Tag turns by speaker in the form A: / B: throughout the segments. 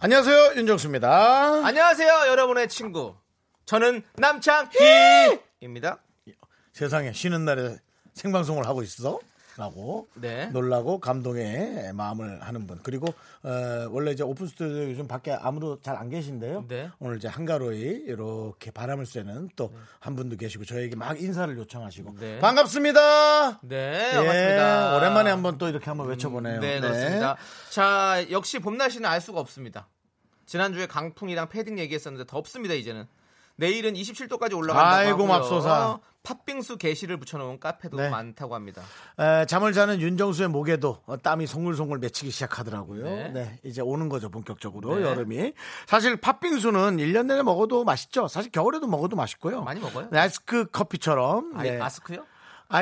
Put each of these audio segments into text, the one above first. A: 안녕하세요 윤정수입니다.
B: 아- 안녕하세요, 여러분의 친구. 저는 남창희입니다.
A: 세상에 쉬는 날에 생방송을 하고 있어? 라고
B: 네.
A: 놀라고 감동의 마음을 하는 분 그리고 어, 원래 이제 오픈 스튜디오 요즘 밖에 아무도 잘 안 계신데요
B: 네.
A: 오늘 이제 한가로이 이렇게 바람을 쐬는 또 한 분도 계시고 저에게 막 인사를 요청하시고
B: 네.
A: 반갑습니다
B: 네,
A: 예,
B: 반갑습니다.
A: 오랜만에 한번 또 이렇게 한번 외쳐보네요
B: 네, 그렇습니다. 자, 역시 봄 날씨는 알 수가 없습니다. 지난주에 강풍이랑 패딩 얘기했었는데 덥습니다, 이제는. 내일은 27도까지 올라간다고
A: 아이고,
B: 하고요.
A: 맙소사.
B: 팥빙수 게시를 붙여놓은 카페도
A: 네.
B: 많다고 합니다.
A: 에, 잠을 자는 윤정수의 목에도 어, 땀이 송글송글 맺히기 시작하더라고요. 네.
B: 네.
A: 이제 오는 거죠, 본격적으로,
B: 네.
A: 여름이. 사실 팥빙수는 1년 내내 먹어도 맛있죠. 사실 겨울에도 먹어도 맛있고요.
B: 많이 먹어요?
A: 네, 아이스크 커피처럼.
B: 아이,
A: 네.
B: 마스크요?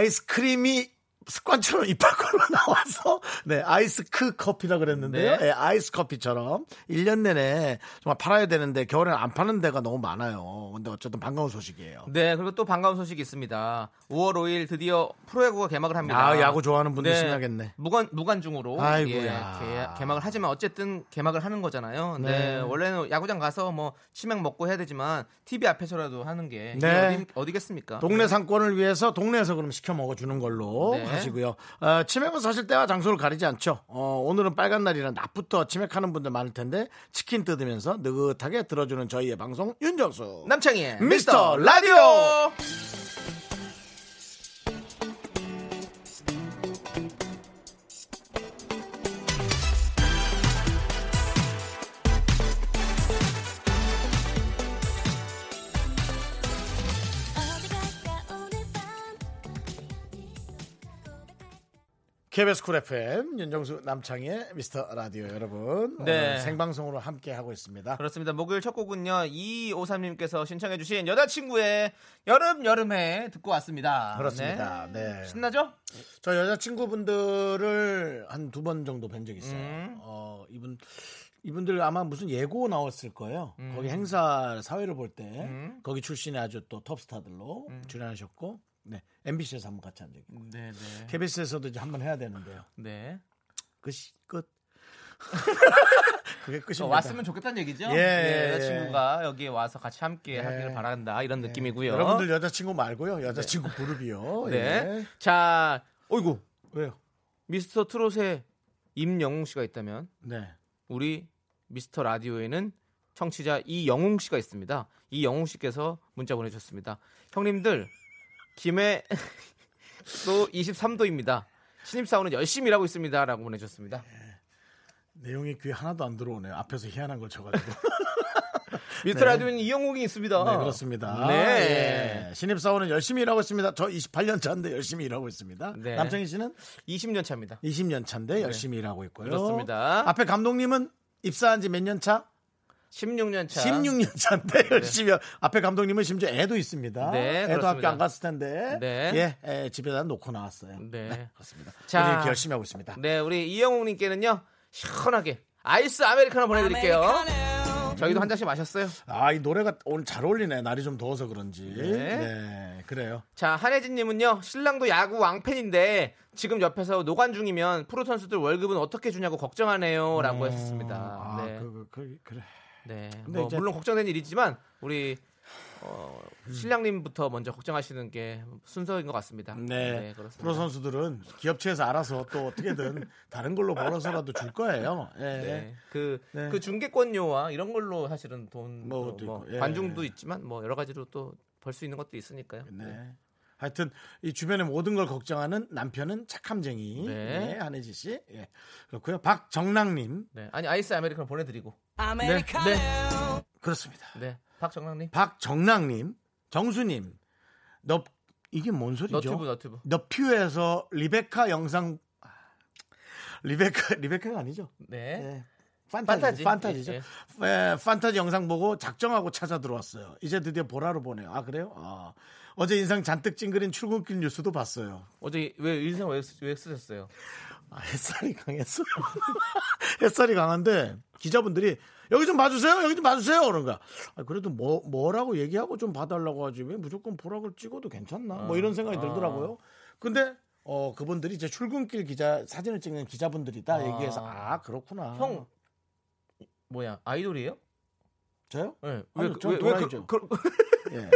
A: 아이스크림이 습관처럼 이빨 걸로 나와서 네 아이스크 커피라 그랬는데요.
B: 네.
A: 예, 아이스 커피처럼 1년 내내 정말 팔아야 되는데 겨울에는 안 파는 데가 너무 많아요. 근데 어쨌든 반가운 소식이에요.
B: 네, 그리고 또 반가운 소식이 있습니다. 5월 5일 드디어 프로야구가 개막을 합니다.
A: 아, 야구 좋아하는 분들 신나겠네.
B: 무관 무관중으로
A: 아이고야.
B: 예, 개, 막을 하지만 어쨌든 개막을 하는 거잖아요. 네.
A: 네.
B: 원래는 야구장 가서 뭐 치맥 먹고 해야 되지만 TV 앞에서라도 하는 게 이게
A: 네.
B: 어디, 어디겠습니까?
A: 동네 상권을 위해서 동네에서 그럼 시켜 먹어주는 걸로
B: 네.
A: 하시고요. 어, 치맥은 사실 때와 장소를 가리지 않죠. 어, 오늘은 빨간 날이라 낮부터 치맥하는 분들 많을 텐데 치킨 뜯으면서 느긋하게 들어주는 저희의 방송 윤정수
B: 남창희의
A: 미스터 라디오. KBS 쿨 FM 윤정수 남창의 미스터 라디오 여러분
B: 네.
A: 오늘 생방송으로 함께 하고 있습니다.
B: 그렇습니다. 목요일 첫 곡은요. 2253님께서 신청해 주신 여자친구의 여름 여름해 듣고 왔습니다.
A: 그렇습니다.
B: 네.
A: 네.
B: 신나죠?
A: 저 여자친구분들을 한 두 번 정도 뵌 적 있어요.
B: 음.
A: 어, 이분 이분들 아마 무슨 예고 나왔을 거예요.
B: 음.
A: 거기 행사 사회를 볼 때 거기 출신의 아주 또 톱스타들로
B: 음.
A: 출연하셨고 네. MBC에서 한번 같이 한 적이 있고
B: 네, 네.
A: KBS에서도 이제 한번 해야 되는데요.
B: 네.
A: 끝이 끝. 그게
B: 또
A: 끝입니다.
B: 왔으면 좋겠다는 얘기죠.
A: 예, 예,
B: 네,
A: 예.
B: 여자친구가 여기에 와서 같이 함께
A: 예.
B: 하기를 바란다 이런 느낌이고요.
A: 여러분들 여자친구 말고요. 여자친구 그룹이요.
B: 네.
A: 예.
B: 자, 어이구
A: 왜요?
B: 미스터 트롯의 임영웅 씨가 있다면
A: 네.
B: 우리 미스터 라디오에는 청취자 이영웅 씨가 있습니다. 이영웅 씨께서 문자 보내주셨습니다. 형님들 김해 또 23도입니다. 신입사원은 열심히 일하고 있습니다라고 보내주셨습니다.
A: 내용이 귀에 하나도 안 들어오네요. 앞에서 희한한 걸 쳐가지고.
B: 미스터 라디오는 이영웅이 있습니다.
A: 네, 그렇습니다.
B: 어. 네.
A: 예. 신입사원은 열심히 일하고 있습니다. 저 28년 차인데 열심히 일하고 있습니다.
B: 네.
A: 남창희 씨는
B: 20년 차입니다.
A: 20년 차인데 열심히 일하고 있고요.
B: 그렇습니다.
A: 앞에 감독님은 입사한 지 몇 년 차?
B: 16년 차.
A: 16년 차인데 열심히 일- 앞에 감독님은 심지어 애도 있습니다.
B: 네,
A: 애도
B: 그렇습니다.
A: 학교 안 갔을 텐데
B: 네.
A: 예, 에, 집에다 놓고 나왔어요.
B: 네.
A: 그렇습니다.
B: 자.
A: 자, 이렇게 열심히 하고 있습니다.
B: 네, 우리 이영웅님께는요 시원하게 아이스 아메리카노 보내드릴게요. 저희도 한 잔씩 마셨어요.
A: 아, 이 노래가 오늘 잘 어울리네. 날이 좀 더워서 그런지.
B: 네.
A: 네, 그래요.
B: 자, 한혜진님은요 신랑도 야구 왕팬인데 지금 옆에서 노관 중이면 프로 선수들 월급은 어떻게 주냐고 걱정하네요라고 했었습니다.
A: 아,
B: 네,
A: 그, 그, 그, 그래.
B: 네.
A: 근데
B: 뭐
A: 이제- 음.
B: 물론 걱정되는 일이지만 우리 어, 신랑님부터 먼저 걱정하시는 게 순서인 것 같습니다.
A: 네,
B: 그렇습니다.
A: 프로 선수들은 기업체에서 알아서 또 어떻게든 다른 걸로 벌어서라도 줄 거예요. 예.
B: 네. 그,
A: 네.
B: 그 중계권료와 이런 걸로 사실은
A: 뭐
B: 돈, 뭐,
A: 그것도
B: 뭐
A: 있고, 예.
B: 관중도 있지만 뭐 여러 가지로 또 벌 수 있는 것도 있으니까요.
A: 네. 하여튼 이 주변의 모든 걸 걱정하는 남편은 착함쟁이
B: 네.
A: 네, 한혜지 씨 예. 그렇고요 박정랑님
B: 네. 아니 아이스 아메리카노 보내드리고.
A: 네,
B: 네.
A: 그렇습니다
B: 네. 박정랑님.
A: 박정랑님 정수님 너 이게 뭔 소리죠?
B: 너튜브 너튜브.
A: 너튜브에서 리베카 영상 리베카 리베카가 아니죠?
B: 네.
A: 예. 판타지,
B: 판타지.
A: 판타지죠.
B: 예,
A: 에, 판타지 영상 보고 작정하고 찾아 들어왔어요. 이제 드디어 보라로 보네요. 아 그래요? 아, 어제 인상 잔뜩 찡그린 출근길 뉴스도 봤어요.
B: 어제 왜 인상 왜, 쓰- 왜 쓰셨어요?
A: 아, 햇살이 강했어. 햇살이 강한데 기자분들이 여기 좀 봐주세요. 여기 좀 봐주세요. 그런가. 아, 그래도 뭐 뭐라고 얘기하고 좀 봐달라고 하지 왜 무조건 보라고 찍어도 괜찮나? 뭐
B: 음,
A: 이런
B: 아.
A: 생각이 들더라고요. 근데 어 그분들이 이제 출근길 기자 사진을 찍는 기자분들이다 얘기해서 아 그렇구나.
B: 형 뭐야 아이돌이에요?
A: 저요?
B: 네.
A: 아니요, 전 도라이죠.
B: 그, 그,
A: 예.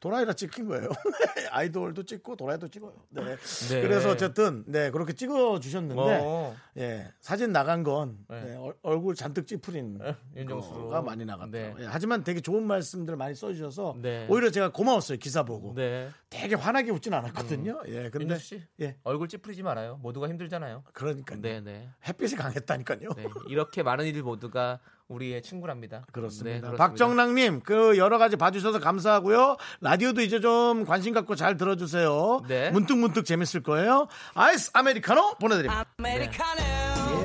A: 도라이라 찍힌 거예요. 아이돌도 찍고 도라이도 찍어요. 네.
B: 네.
A: 그래서 어쨌든 네 그렇게 찍어 주셨는데
B: 어,
A: 예 사진 나간 건
B: 네.
A: 예, 얼- 얼굴 잔뜩 찌푸린
B: 예, 윤정수로.
A: 거가 네. 많이 나갔죠.
B: 네.
A: 예, 하지만 되게 좋은 말씀들 많이 써주셔서
B: 네.
A: 오히려 제가 고마웠어요 기사 보고
B: 네. 음.
A: 되게 환하게 웃진 않았거든요. 예 근데
B: 윤정수 씨
A: 예
B: 얼굴 찌푸리지 말아요. 모두가 힘들잖아요.
A: 그러니까 요
B: 네, 네.
A: 햇빛이 강했다니까요.
B: 네. 이렇게 많은 이들 모두가 우리의 친구랍니다. 네,
A: 그렇습니다. 박정랑님, 그 여러 가지 봐주셔서 감사하고요. 라디오도 이제 좀 관심 갖고 잘 들어주세요.
B: 네.
A: 문득문득 재밌을 거예요. 아이스 아메리카노 보내드립니다.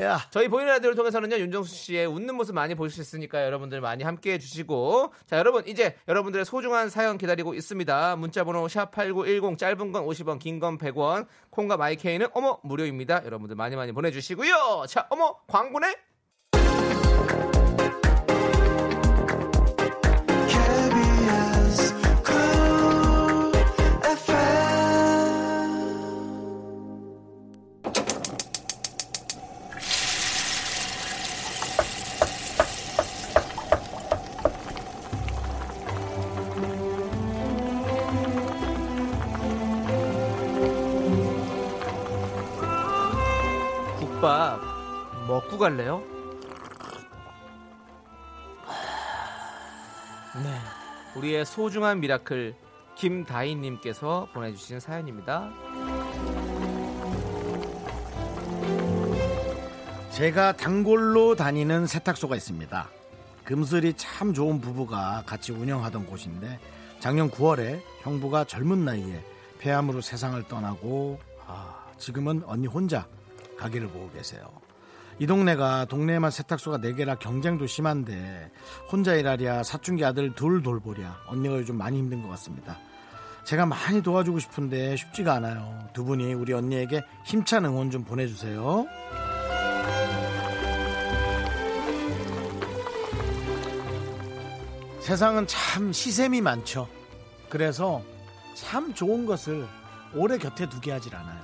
A: 예.
B: 저희 보이는 라디오를 통해서는요 윤정수 씨의 웃는 모습 많이 보실 수 있으니까 여러분들 많이 함께해 주시고 자 여러분 이제 여러분들의 소중한 사연 기다리고 있습니다 문자번호 샵 #8910 짧은 건 50원 긴 건 100원 콩과 마이케이는 어머 무료입니다 여러분들 많이 많이 보내주시고요 자 어머 광고네 국밥 먹고 갈래요? 네. 우리의 소중한 미라클 김다희님께서 보내주신 사연입니다.
A: 제가 단골로 다니는 세탁소가 있습니다. 금슬이 참 좋은 부부가 같이 운영하던 곳인데 작년 9월에 형부가 젊은 나이에 폐암으로 세상을 떠나고 아, 지금은 언니 혼자 가게를 보고 계세요. 이 동네가 동네에만 세탁소가 4개라 경쟁도 심한데 혼자 일하랴 사춘기 아들 둘 돌보랴 언니가 요즘 많이 힘든 것 같습니다. 제가 많이 도와주고 싶은데 쉽지가 않아요. 두 분이 우리 언니에게 힘찬 응원 좀 보내주세요. 세상은 참 시샘이 많죠. 그래서 참 좋은 것을 오래 곁에 두게 하질 않아요.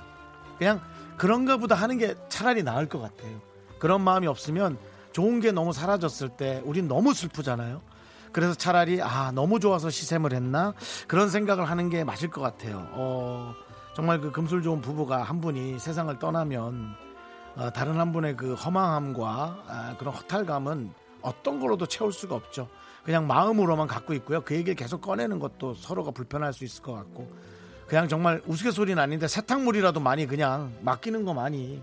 A: 그냥 그런가 보다 하는 게 차라리 나을 것 같아요. 그런 마음이 없으면 좋은 게 너무 사라졌을 때 우린 너무 슬프잖아요. 그래서 차라리 아 너무 좋아서 시샘을 했나 그런 생각을 하는 게 맞을 것 같아요. 어, 정말 그 금술 좋은 부부가 한 분이 세상을 떠나면 어, 다른 한 분의 그 허망함과 아, 그런 허탈감은 어떤 걸로도 채울 수가 없죠. 그냥 마음으로만 갖고 있고요. 그 얘기를 계속 꺼내는 것도 서로가 불편할 수 있을 것 같고 그냥 정말 우스갯소리는 아닌데 세탁물이라도 많이 그냥 맡기는 거 많이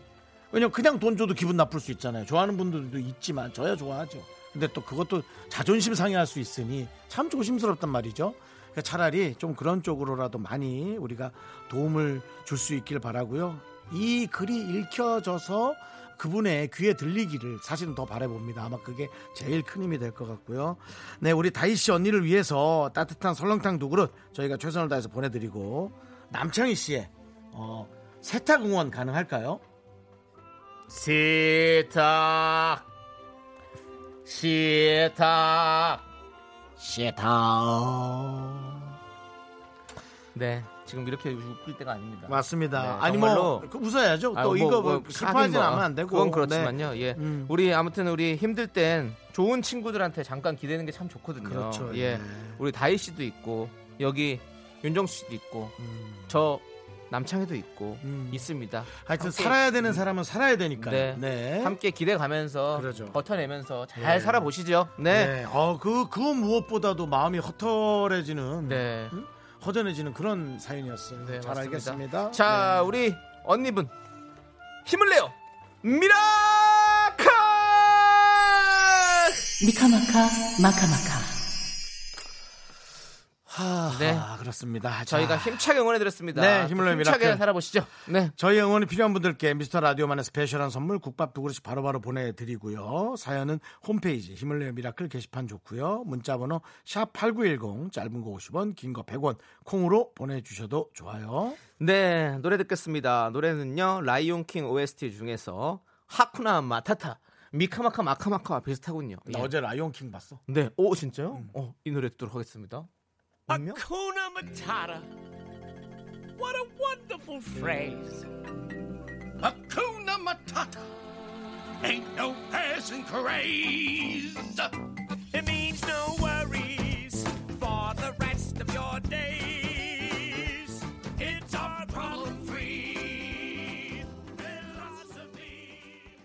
A: 왜냐면 그냥 돈 줘도 기분 나쁠 수 있잖아요. 좋아하는 분들도 있지만 저야 좋아하죠. 근데 또 그것도 자존심 상해할 수 있으니 참 조심스럽단 말이죠. 그러니까 차라리 좀 그런 쪽으로라도 많이 우리가 도움을 줄 수 있길 바라고요. 이 글이 읽혀져서 그분의 귀에 들리기를 사실은 더 바라봅니다. 아마 그게 제일 큰 힘이 될 것 같고요. 네, 우리 다희 씨 언니를 위해서 따뜻한 설렁탕 두 그릇 저희가 최선을 다해서 보내드리고 남창희 씨의 어, 세탁 응원 가능할까요?
B: 세탁 세탁
A: 세탁
B: 네 지금 이렇게 웃길 때가 아닙니다.
A: 맞습니다.
B: 네,
A: 아니 뭐
B: 정말로.
A: 그 웃어야죠. 또
B: 아유, 뭐,
A: 이거 뭐,
B: 뭐
A: 슬퍼하진
B: 하긴 뭐,
A: 않으면 안 되고 네.
B: 그건 그렇지만요. 예,
A: 음.
B: 우리 아무튼 우리 힘들 땐 좋은 친구들한테 잠깐 기대는 게 참 좋거든요.
A: 그렇죠,
B: 예,
A: 예.
B: 우리 다희 씨도 있고 여기 윤정수 씨도 있고
A: 네. 음.
B: 저 남창희도 있고
A: 음.
B: 있습니다.
A: 하여튼
B: 함께-
A: 살아야 되는 사람은 살아야 되니까요.
B: 네.
A: 네.
B: 함께 기대가면서
A: 그러죠.
B: 버텨내면서 잘
A: 예.
B: 살아보시죠.
A: 네.
B: 네,
A: 어, 그, 그 무엇보다도 마음이 허탈해지는,
B: 네.
A: 음? 허전해지는 그런 사연이었어요.
B: 네,
A: 잘
B: 맞습니다. 네.
A: 알겠습니다. 네.
B: 자, 우리 언니분 힘을 내요. 미라카!
C: 미카마카 마카마카
A: 하,
B: 네.
A: 그렇습니다. 자,
B: 저희가 힘차게 응원해드렸습니다.
A: 네, 힘을 내요,
B: 힘차게
A: 미라클.
B: 살아보시죠. 네.
A: 저희 응원이 필요한 분들께 미스터 라디오만의 스페셜한 선물 국밥 두 그릇씩 바로바로 보내드리고요. 사연은 홈페이지 힘을 내요 미라클 게시판 좋고요. 문자번호 샵 8910 짧은 거 50원 긴 거 100원 콩으로 보내주셔도 좋아요.
B: 네, 노래 듣겠습니다. 노래는요, 라이온킹 OST 중에서 하쿠나 마타타, 미카마카 마카마카와 비슷하군요.
A: 나
B: 예.
A: 어제 라이온킹 봤어.
B: 네, 오, 진짜요? 어, 이 노래 듣도록 하겠습니다. 운명?
D: Hakuna Matata. What a wonderful phrase. Hakuna Matata. Ain't no passing craze. It means no worries for the rest of your days. It's our problem free philosophy.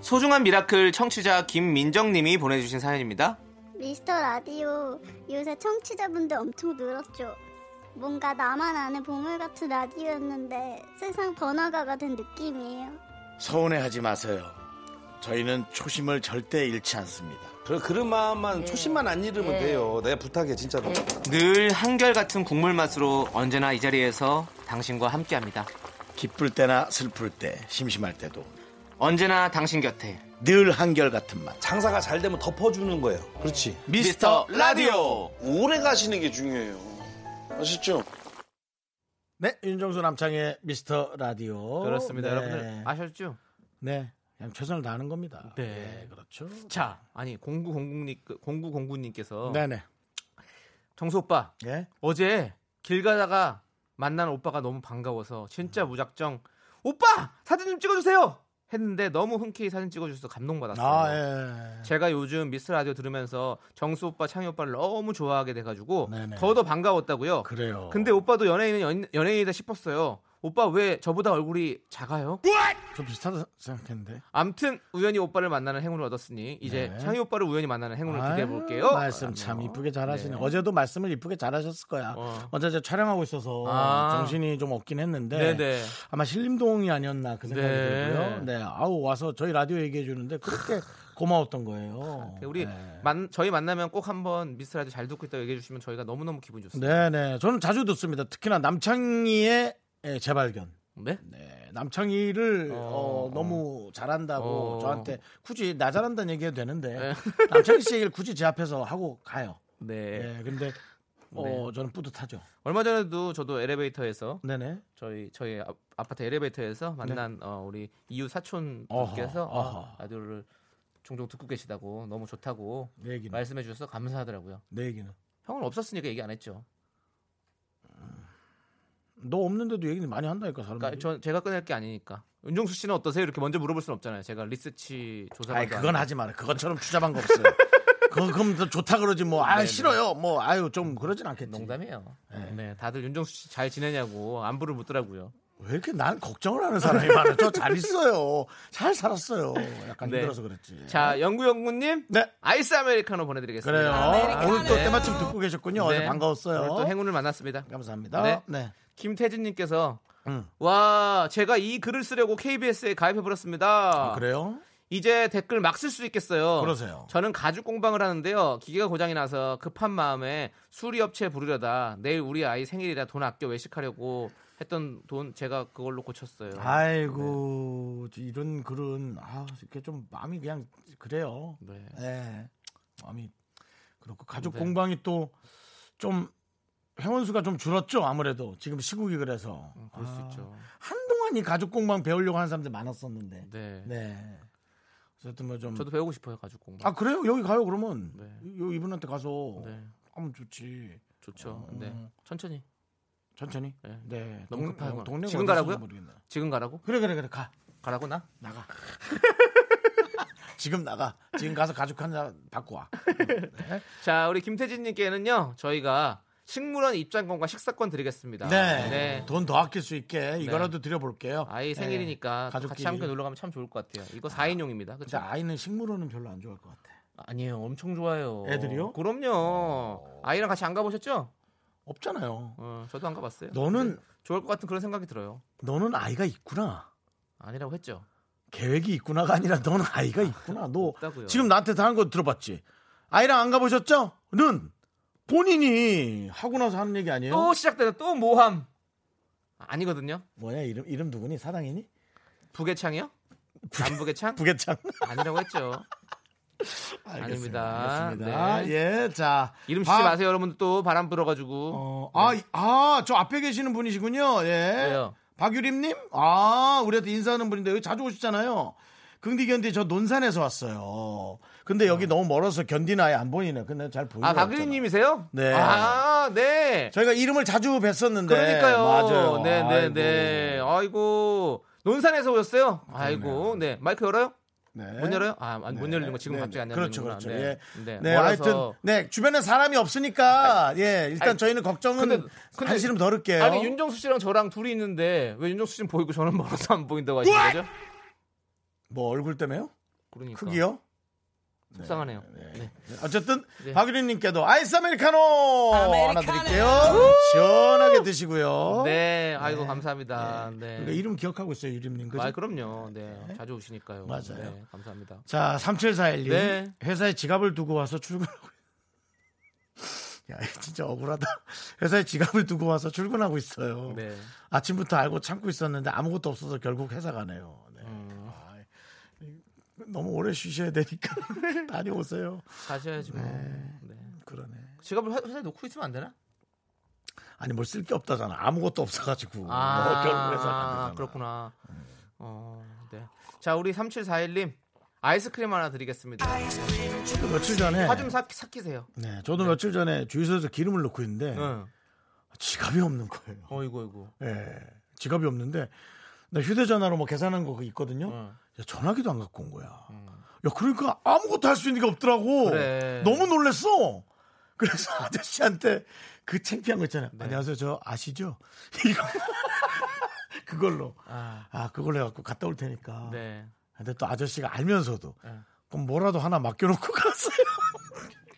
B: 소중한 미라클 청취자 김민정님이 보내주신 사연입니다.
C: 미스터 라디오 요새 청취자분들 엄청 늘었죠. 뭔가 나만 아는 보물 같은 라디오였는데 세상 번화가가 된 느낌이에요.
A: 서운해하지 마세요. 저희는 초심을 절대 잃지 않습니다.
E: 그런, 그런 마음만 초심만 안 잃으면 돼요. 내가 부탁해 진짜로.
B: 늘 한결같은 국물 맛으로 언제나 이 자리에서 당신과 함께합니다.
A: 기쁠 때나 슬플 때, 심심할 때도
B: 언제나 당신 곁에
A: 늘 한결같은 맛.
E: 장사가 잘 되면 덮어주는 거예요. 그렇지.
B: 미스터 라디오.
E: 오래 가시는 게 중요해요. 아셨죠?
A: 네, 윤정수 남창의 미스터 라디오.
B: 그렇습니다.
A: 네.
B: 여러분들 아셨죠?
A: 네, 그냥 최선을 다하는 겁니다.
B: 네.
A: 그렇죠.
B: 자, 아니 0909님 0909님께서
A: 네네.
B: 정수 오빠
A: 예.
B: 어제 길 가다가 만난 오빠가 너무 반가워서 진짜 무작정 오빠 사진 좀 찍어주세요 했는데 너무 흔쾌히 사진 찍어주셔서 감동받았어요.
A: 아, 예.
B: 제가 요즘 미스 라디오 들으면서 정수 오빠, 창희 오빠를 너무 좋아하게 돼가지고
A: 네네. 그렇죠.
B: 더더 반가웠다고요.
A: 그래요.
B: 근데 오빠도 연예인은 연, 연예인이다 싶었어요. 오빠 왜 저보다 얼굴이 작아요?
A: 좀 비슷하다 생각했는데.
B: 암튼 우연히 오빠를 만나는 행운을 얻었으니 이제
A: 네.
B: 창희 오빠를 우연히 만나는 행운을 기대해
A: 아유,
B: 볼게요. 아, 뭐.
A: 말씀 참 이쁘게 잘하시네. 요 어제도 말씀을 이쁘게 잘하셨을 거야.
B: 어.
A: 어. 제제 촬영하고 있어서
B: 아.
A: 정신이 좀 없긴 했는데
B: 네네.
A: 아마 신림동이 아니었나 그 생각이
B: 네.
A: 들고요. 네, 아우 와서 저희 라디오 얘기해 주는데 그렇게 고마웠던 거예요.
B: 우리
A: 네.
B: 만, 저희 만나면 꼭 한번 미스 라디오 잘 듣고 있다고 얘기해 주시면 저희가 너무 너무 기분 좋습니다.
A: 네네. 저는 자주 듣습니다. 특히나 남창희의 예, 재발견.
B: 네.
A: 네, 남창희를
B: 어,
A: 어, 너무 잘한다고
B: 어.
A: 저한테 굳이 나 잘한다는 얘기해도 되는데
B: 네.
A: 남창희 씨 얘기를 굳이 제 앞에서 하고 가요.
B: 네.
A: 네, 근데 어,
B: 네.
A: 저는 뿌듯하죠.
B: 얼마 전에도 저도 엘리베이터에서
A: 네네.
B: 저희 저희 아- 아파트 엘리베이터에서 만난 어, 우리 이웃
A: 네.
B: 사촌
A: 어허,
B: 분께서 어,
A: 어허.
B: 라디오를 종종 듣고 계시다고 너무 좋다고
A: 내 얘기는
B: 말씀해 주셔서 감사하더라고요.
A: 내 얘기는
B: 형은 없었으니까 얘기 안 했죠.
A: 너 없는데도 얘기는 많이 한다니까
B: 그러니까
A: 사람들이.
B: 전 제가 꺼낼 게 아니니까. 윤종수 씨는 어떠세요? 이렇게 먼저 물어볼 순 없잖아요. 제가 리서치 조사가
A: 아이 그건 하지 마라. 그것처럼 추잡한 거 없어요. 그건 그럼 더 좋다 그러지 뭐. 아
B: 네네.
A: 싫어요. 뭐 아유 좀 그러진 않겠지.
B: 농담이에요.
A: 네.
B: 네. 다들 윤종수 씨 잘 지내냐고 안부를 묻더라고요.
A: 왜 이렇게 난 걱정을 하는 사람이 많아? 저 잘 있어요. 잘 살았어요. 약간
B: 네.
A: 힘들어서 그랬지.
B: 자, 영구 영구님
A: 네.
B: 아이스 아메리카노 보내드리겠습니다.
A: 그래요. 오늘 또
B: 네.
A: 때마침 듣고 계셨군요.
B: 네.
A: 어제 반가웠어요.
B: 오늘 또 행운을 만났습니다.
A: 감사합니다.
B: 네.
A: 네.
B: 김태진님께서
A: 음.
B: 와 제가 이 글을 쓰려고 KBS에 가입해 버렸습니다.
A: 아, 그래요?
B: 이제 댓글 막 쓸 수 아. 있겠어요.
A: 그러세요.
B: 저는 가죽 공방을 하는데요. 기계가 고장이 나서 급한 마음에 수리업체 부르려다 내일 우리 아이 생일이라 돈 아껴 외식하려고 했던 돈 제가 그걸로 고쳤어요. 네.
A: 아이고 저 이런 글은 아 이렇게 좀 마음이 그냥 그래요.
B: 네.
A: 네. 마음이 그렇고 가족
B: 네.
A: 공방이 또 좀 회원수가 좀 줄었죠. 아무래도 지금 시국이 그래서
B: 음, 그럴 수
A: 아,
B: 있죠.
A: 한동안 이 가족 공방 배우려고 하는 사람들 많았었는데.
B: 네.
A: 네. 어쨌든 뭐 좀.
B: 저도 배우고 싶어요 가죽 공방.
A: 아 그래요? 여기 가요 그러면
B: 네.
A: 요 이분한테 가서
B: 네.
A: 하면 좋지.
B: 좋죠.
A: 음.
B: 네. 천천히.
A: 천천히.
B: 네.
A: 네.
B: 너무
A: 동-
B: 급하구나.
A: 어, 동네가
B: 지금
A: 어디인지
B: 가라고요?
A: 모르겠네.
B: 지금 가라고?
A: 그래 그래 그래 가
B: 가라고 나?
A: 나가. 지금 나가. 지금 가서 가죽 하나 받고 와. 네.
B: 자, 우리 김태진님께는요, 저희가 식물원 입장권과 식사권 드리겠습니다.
A: 네. 돈 더 아낄 수 있게 이거라도 드려볼게요.
B: 네. 아이
A: 네.
B: 생일이니까 또
A: 가족끼리.
B: 같이 함께 놀러 가면 참 좋을 것 같아요. 이거 4인용입니다.
A: 근데 아이는 식물원은 별로 안 좋아할 것 같아.
B: 아니에요. 엄청 좋아요.
A: 애들이요? 어.
B: 그럼요. 아이랑 같이 안 가보셨죠?
A: 없잖아요.
B: 어, 저도 안 가봤어요.
A: 너는
B: 좋을 것 같은 그런 생각이 들어요.
A: 너는 아이가 있구나.
B: 아니라고 했죠.
A: 계획이 있구나가 아니라 너는 아이가 있구나. 너
B: 없다고요.
A: 지금 나한테 다 한 거 들어봤지? 아이랑 안 가보셨죠? 는 본인이 하고 나서 하는 얘기 아니에요?
B: 또 시작되는 또 모함. 아니거든요.
A: 뭐야 이름 이름 누구니 사당이니?
B: 북의 창이요? 남북의 창?
A: 부계창.
B: 아니라고 했죠. 아닙니다.
A: 알겠습니다.
B: 네.
A: 예, 자
B: 이름 쓰지
A: 아,
B: 마세요, 여러분들 또 바람 불어가지고.
A: 어, 아, 이- 아, 저 앞에 계시는 분이시군요. 예.
B: 왜요?
A: 박유림님, 아, 우리한테 인사하는 분인데 여기 자주 오시잖아요. 긍디 견디 저 논산에서 왔어요. 근데 여기 너무 멀어서 견디는 아예 안 보이네. 근데 잘 보이네.
B: 아, 박유림님이세요?
A: 네.
B: 아, 네.
A: 저희가 이름을 자주 뵀었는데.
B: 그러니까요.
A: 맞아요.
B: 네, 네,
A: 아이고.
B: 네. 아이고. 논산에서 오셨어요? 아이고. 네. 마이크 열어요?
A: 네.
B: 못 열어요? 아, 안- 못
A: 네.
B: 열리는 거 지금
A: 네,
B: 갑자기 안
A: 네.
B: 열리는
A: 그렇죠, 그렇죠. 예.
B: 네.
A: 네,
B: 네. 멀어서.
A: 하여튼 네 주변에 사람이 없으니까 예 일단
B: 아니,
A: 저희는 걱정은
B: 근데- 근데-
A: 한시름 덜을게요.
B: 아니 윤정수 씨랑 저랑 둘이 있는데 왜 윤정수 씨는 보이고 저는 멀어서 안 보인다고 하시는 거죠?
A: 뭐 얼굴 때문에요?
B: 그러니까
A: 크기요?
B: 속상하네요. 네.
A: 어쨌든
B: 네.
A: 박유린님께도 아이스 아메리카노 하나 드릴게요. 시원하게 드시고요.
B: 네, 아이고 감사합니다. 네.
A: 그러니까 이름 기억하고 있어요 유림님 그죠?
B: 아, 그럼요. 네. 자주 오시니까요.
A: 맞아요.
B: 네, 감사합니다.
A: 자 3741님
B: 네.
A: 회사에 지갑을 두고 와서 출근하고 야 진짜 억울하다. 회사에 지갑을 두고 와서 출근하고 있어요.
B: 네.
A: 아침부터 알고 참고 있었는데 아무것도 없어서 결국 회사 가네요. 네.
B: 음.
A: 아, 너무 오래 쉬셔야 되니까 다녀오세요.
B: 가셔야지 뭐. 네.
A: 그러네.
B: 지갑을 회- 회사에 놓고 있으면 안 되나?
A: 음. 아니 뭘 쓸 게 없다잖아. 아무것도 없어가지고
B: 아,
A: 뭐 결국 회사 가잖아.
B: 그렇구나.
A: 음.
B: 어, 네. 자, 우리 3741님 아이스크림 하나 드리겠습니다.
A: 그 며칠 전에
B: 화 좀 삭히세요.
A: 네, 저도 며칠 전에 주유소에서 기름을 넣고 있는데
B: 응.
A: 지갑이 없는 거예요.
B: 어이구, 어이구.
A: 예, 지갑이 없는데 나 휴대전화로 뭐 계산한 거 그거 있거든요.
B: 응.
A: 야, 전화기도 안 갖고 온 거야. 야, 그러니까 아무것도 할 수 있는 게 없더라고.
B: 음. 그래.
A: 너무 놀랬어. 그래서 아저씨한테 그 창피한 거 있잖아요.
B: 네.
A: 안녕하세요, 저 아시죠? 이거 그걸로
B: 아,
A: 아 그걸로 해갖고 갔다 올 테니까.
B: 네.
A: 근데 또 아저씨가 알면서도
B: 네.
A: 그럼 뭐라도 하나 맡겨놓고 갔어요.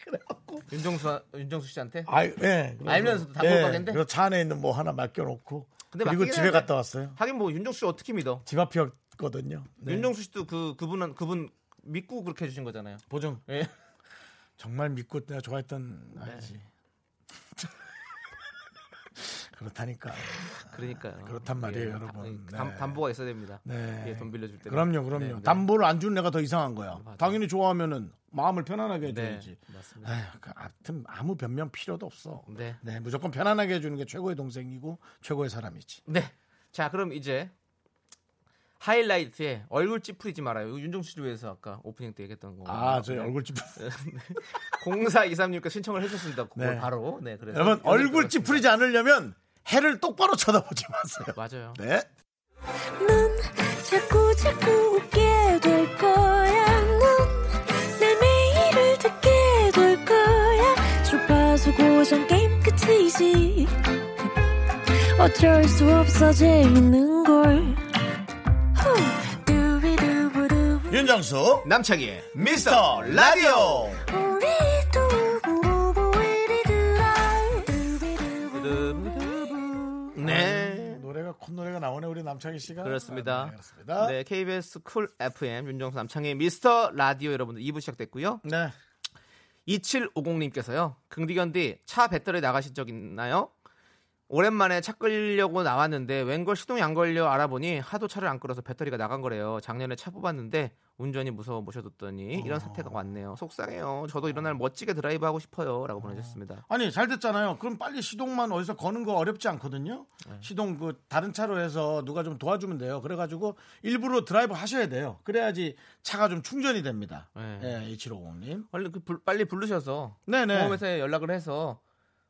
A: 그래갖고
B: 윤정수 윤정수 씨한테?
A: 아, 예. 그래서, 예.
B: 알면서도 다못 가겠는데?
A: 그래서 차 안에 있는 뭐 하나 맡겨놓고
B: 근데
A: 그리고
B: 맡기긴
A: 집에
B: 한데.
A: 갔다 왔어요.
B: 하긴 뭐 윤정수 씨 어떻게 믿어?
A: 집 앞이었거든요. 네.
B: 윤정수 씨도 그 그분은 그분 믿고 그렇게 해주신 거잖아요.
A: 보정
B: 예. 네.
A: 정말 믿고 내가 좋아했던 아이지. 그렇다니까.
B: 네. 그러니까요.
A: 아, 그렇단 말이에요, 여러분.
B: 아, 예, 담,
A: 네.
B: 담보가 있어야 됩니다.
A: 네.
B: 예, 돈 빌려줄 때.
A: 그럼요, 그럼요.
B: 네, 네.
A: 담보를 안 주는 애가 더 이상한 거야.
B: 맞아.
A: 당연히 좋아하면은 마음을 편안하게
B: 네.
A: 해줘야지.
B: 맞습니다.
A: 에휴, 그 아무튼 아무 변명 필요도 없어.
B: 네.
A: 네, 무조건 편안하게 해주는 게 최고의 동생이고 최고의 사람이지.
B: 네. 자, 그럼 이제 하이라이트에 얼굴 찌푸리지 말아요. 이거 윤정수 씨를 위해서 아까 오프닝 때 얘기했던 거.
A: 아, 저희 얼굴 좀
B: 0423님께서 신청을 해주셨습니다. 그걸
A: 네.
B: 바로. 네, 그래서
A: 여러분
B: 연결
A: 얼굴
B: 들어갔습니다.
A: 찌푸리지 않으려면 해를 똑바로 쳐다보지 마세요.
B: 맞아요.
A: 네.
F: 넌 자꾸 자꾸 웃게 될 거야. 넌내 매일을 듣게 될 거야. 주파수 고정 게임 끝이지. 어쩔 수 없어 재밌는 걸. 후. 두비두부두.
A: 윤정수
B: 남창희의
A: 미스터 라디오.
F: 우리 두부부부 우리 두라. 두비두부두.
B: 네.
A: 노래가 콧노래가 나오네 우리 남창희 씨가. 아,
B: 그렇습니다.
A: 네, 그렇습니다.
B: 네, KBS 쿨 FM 윤정수 남창희 미스터 라디오 여러분들 2부 시작됐고요.
A: 네.
B: 2750님께서요. 긍디견디 차 배터리 나가신 적 있나요? 오랜만에 차 끌려고 나왔는데 웬걸 시동이 안 걸려 알아보니 하도 차를 안 끌어서 배터리가 나간 거래요. 작년에 차 뽑았는데 운전이 무서워 모셔뒀더니 이런 사태가 왔네요. 속상해요. 저도 이런 날 멋지게 드라이브 하고 어. 싶어요라고 보내셨습니다.
A: 아니 잘 됐잖아요. 그럼 빨리 시동만 어디서 거는 거 어렵지 않거든요. 시동 그 다른 차로 해서 누가 좀 도와주면 돼요. 그래가지고 일부러 드라이브 하셔야 돼요. 그래야지 차가 좀 충전이 됩니다.
B: 네.
A: 네, 2750님.
B: 빨리 그 불- 빨리 부르셔서
A: 네네.
B: 보험회사에 연락을 해서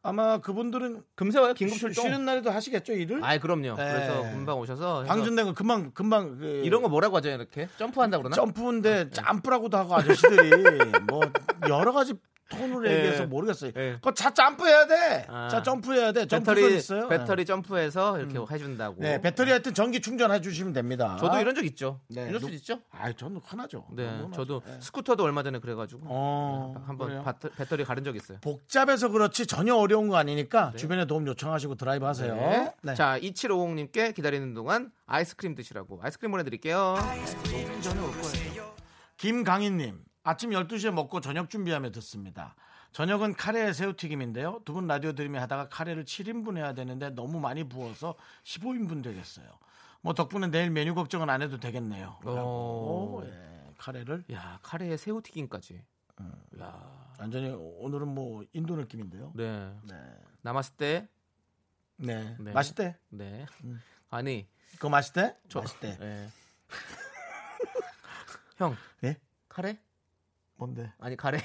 A: 아마 그분들은
B: 금세 와요.
A: 쉬-
B: 긴급출동.
A: 쉬는 날에도 하시겠죠 일을.
B: 아이 그럼요.
A: 네.
B: 그래서 금방 오셔서 해서
A: 방전된 거 금방 금방 그-
B: 이런 거 뭐라고 하죠 이렇게 점프한다 그러나? 아, 예.
A: 점프인데 점프라고도 하고 아저씨들이 뭐 여러 가지 톤으로
B: 예.
A: 얘기해서 모르겠어요.
B: 예.
A: 그거 차 점프해야 돼.
B: 아.
A: 자 점프해야 돼. 점프선
B: 배터리
A: 있어요.
B: 배터리 점프해서 이렇게 해준다고.
A: 네, 배터리 하여튼 전기 충전해 주시면 됩니다.
B: 저도 이런 적 있죠.
A: 네,
B: 이럴 수
A: 누-
B: 있죠.
A: 아, 저는 흔하죠.
B: 네,
A: 너무 흔하죠.
B: 저도
A: 예.
B: 스쿠터도 얼마 전에 그래가지고
A: 어,
B: 한번
A: 그래요?
B: 바터- 배터리 가른 적 있어요.
A: 복잡해서 그렇지 전혀 어려운 거 아니니까 주변에 도움 요청하시고 드라이브 하세요.
B: 네.
A: 네.
B: 자, 2750님께 기다리는 동안 아이스크림 드시라고 아이스크림 보내드릴게요.
A: 김강희님 아침 12시에 먹고 저녁 준비하며 듣습니다. 저녁은 카레 새우튀김인데요. 두 분 라디오 들으며 하다가 카레를 7인분 해야 되는데 너무 많이 부어서 15인분 되겠어요. 뭐 덕분에 내일 메뉴 걱정은 안 해도 되겠네요.
B: 어.
A: 라고.
B: 오.
A: 예, 카레를
B: 야 카레에 새우튀김까지.
A: 음.
B: 야,
A: 완전히 오늘은 뭐 인도 느낌인데요.
B: 네
A: 네.
B: 남았을 때,
A: 네.
B: 네.
A: 맛있대.
B: 네
A: 음.
B: 아니
A: 그거 맛있대? 맛있대.
B: 네. 형
A: 예?
B: 카레?
A: 뭔데?
B: 아니 카레.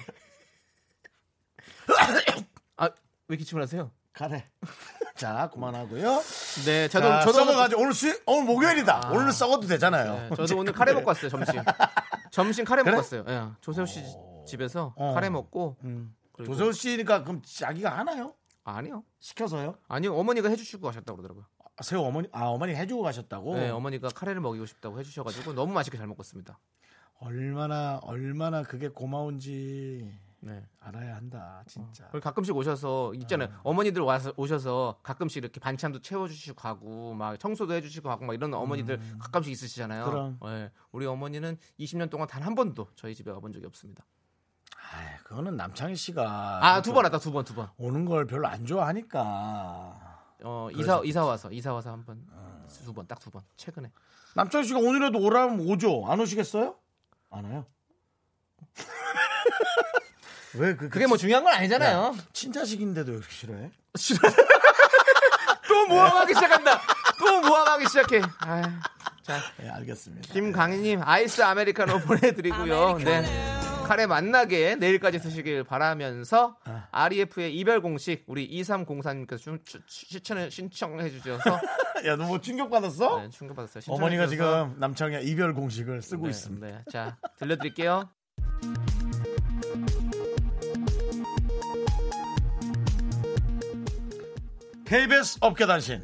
B: 아 왜 기침을 하세요?
A: 카레. 자, 그만하고요.
B: 네, 저도
A: 자,
B: 저도
A: 썩어가지고 오늘 수 오늘 목요일이다.
B: 아.
A: 오늘 썩어도 되잖아요.
B: 네, 저도 오늘 카레 먹고 왔어요 점심. 점심 카레 먹고 왔어요. 예, 조세호 씨 집에서
A: 어.
B: 카레 먹고
A: 음.
B: 그리고-
A: 조세호 씨니까 그럼 자기가 하나요?
B: 아니요
A: 시켜서요?
B: 아니요 어머니가 해주시고 가셨다고 그러더라고요.
A: 아, 새우 어머니 아 어머니 해주고 가셨다고.
B: 네, 어머니가 카레를 먹이고 싶다고 해주셔가지고 너무 맛있게 잘 먹었습니다.
A: 얼마나 얼마나 그게 고마운지
B: 네.
A: 알아야 한다 진짜.
B: 그리고 가끔씩 오셔서 있잖아요. 어머니들 와서 오셔서 가끔씩 이렇게 반찬도 채워주시고 가고 막 청소도 해주시고 가고 막 이런 어머니들 가끔씩 있으시잖아요.
A: 그럼.
B: 예, 우리 어머니는 20년 동안 단 한 번도 저희 집에 와본 적이 없습니다.
A: 아 그거는 남창희 씨가
B: 아 두 번 왔다 두 번 두 번.
A: 오는 걸 별로 안 좋아하니까.
B: 어 이사 이사 와서 이사 와서 한 번 두 번 딱 두 번 최근에.
A: 남창희 씨가 오늘이라도 오라면 오죠. 안 오시겠어요? 안 와요. 왜 그,
B: 그게 뭐 중요한 건 아니잖아요.
A: 친자식인데도 왜 이렇게 싫어해?
B: 또 모함하기 시작한다. 또 모함하기 시작해. 아유, 자,
A: 네, 알겠습니다.
B: 김강희님 아이스 아메리카노 보내드리고요. 네. 카레 만나게 내일까지 드시길 바라면서
A: 아.
B: REF의 이별 공식 우리 2304님께서 좀 추- 추- 추천을 신청해 주셔서
A: 야, 너 뭐 충격 받았어?
B: 네, 충격받았어요. 신청해
A: 어머니가
B: 주셔서.
A: 지금 남창희 이별 공식을 쓰고
B: 네,
A: 있습니다.
B: 네. 자, 들려드릴게요.
A: KBS 업계 단신.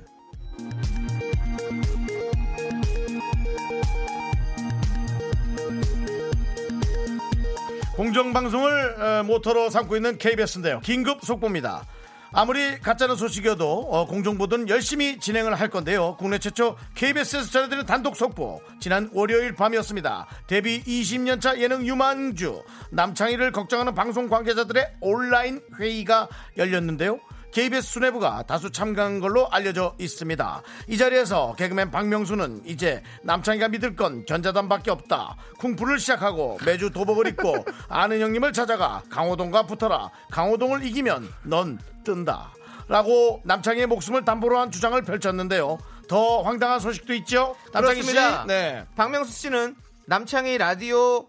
A: 공정방송을 어, 모토로 삼고 있는 KBS인데요. 긴급 속보입니다. 아무리 가짜는 소식이어도 어, 공정보도는 열심히 진행을 할 건데요. 국내 최초 KBS에서 전해드리는 단독 속보. 지난 월요일 밤이었습니다. 데뷔 20년차 예능 유만주. 남창희를 걱정하는 방송 관계자들의 온라인 회의가 열렸는데요. KBS 수뇌부가 다수 참가한 걸로 알려져 있습니다. 이 자리에서 개그맨 박명수는 이제 남창희가 믿을 건 견자단밖에 없다. 쿵푸를 시작하고 매주 도복을 입고 아는 형님을 찾아가 강호동과 붙어라. 강호동을 이기면 넌 뜬다. 라고 남창희의 목숨을 담보로 한 주장을 펼쳤는데요. 더 황당한 소식도 있죠? 남창희 씨.
B: 그렇습니다.
A: 네.
B: 박명수 씨는 남창희 라디오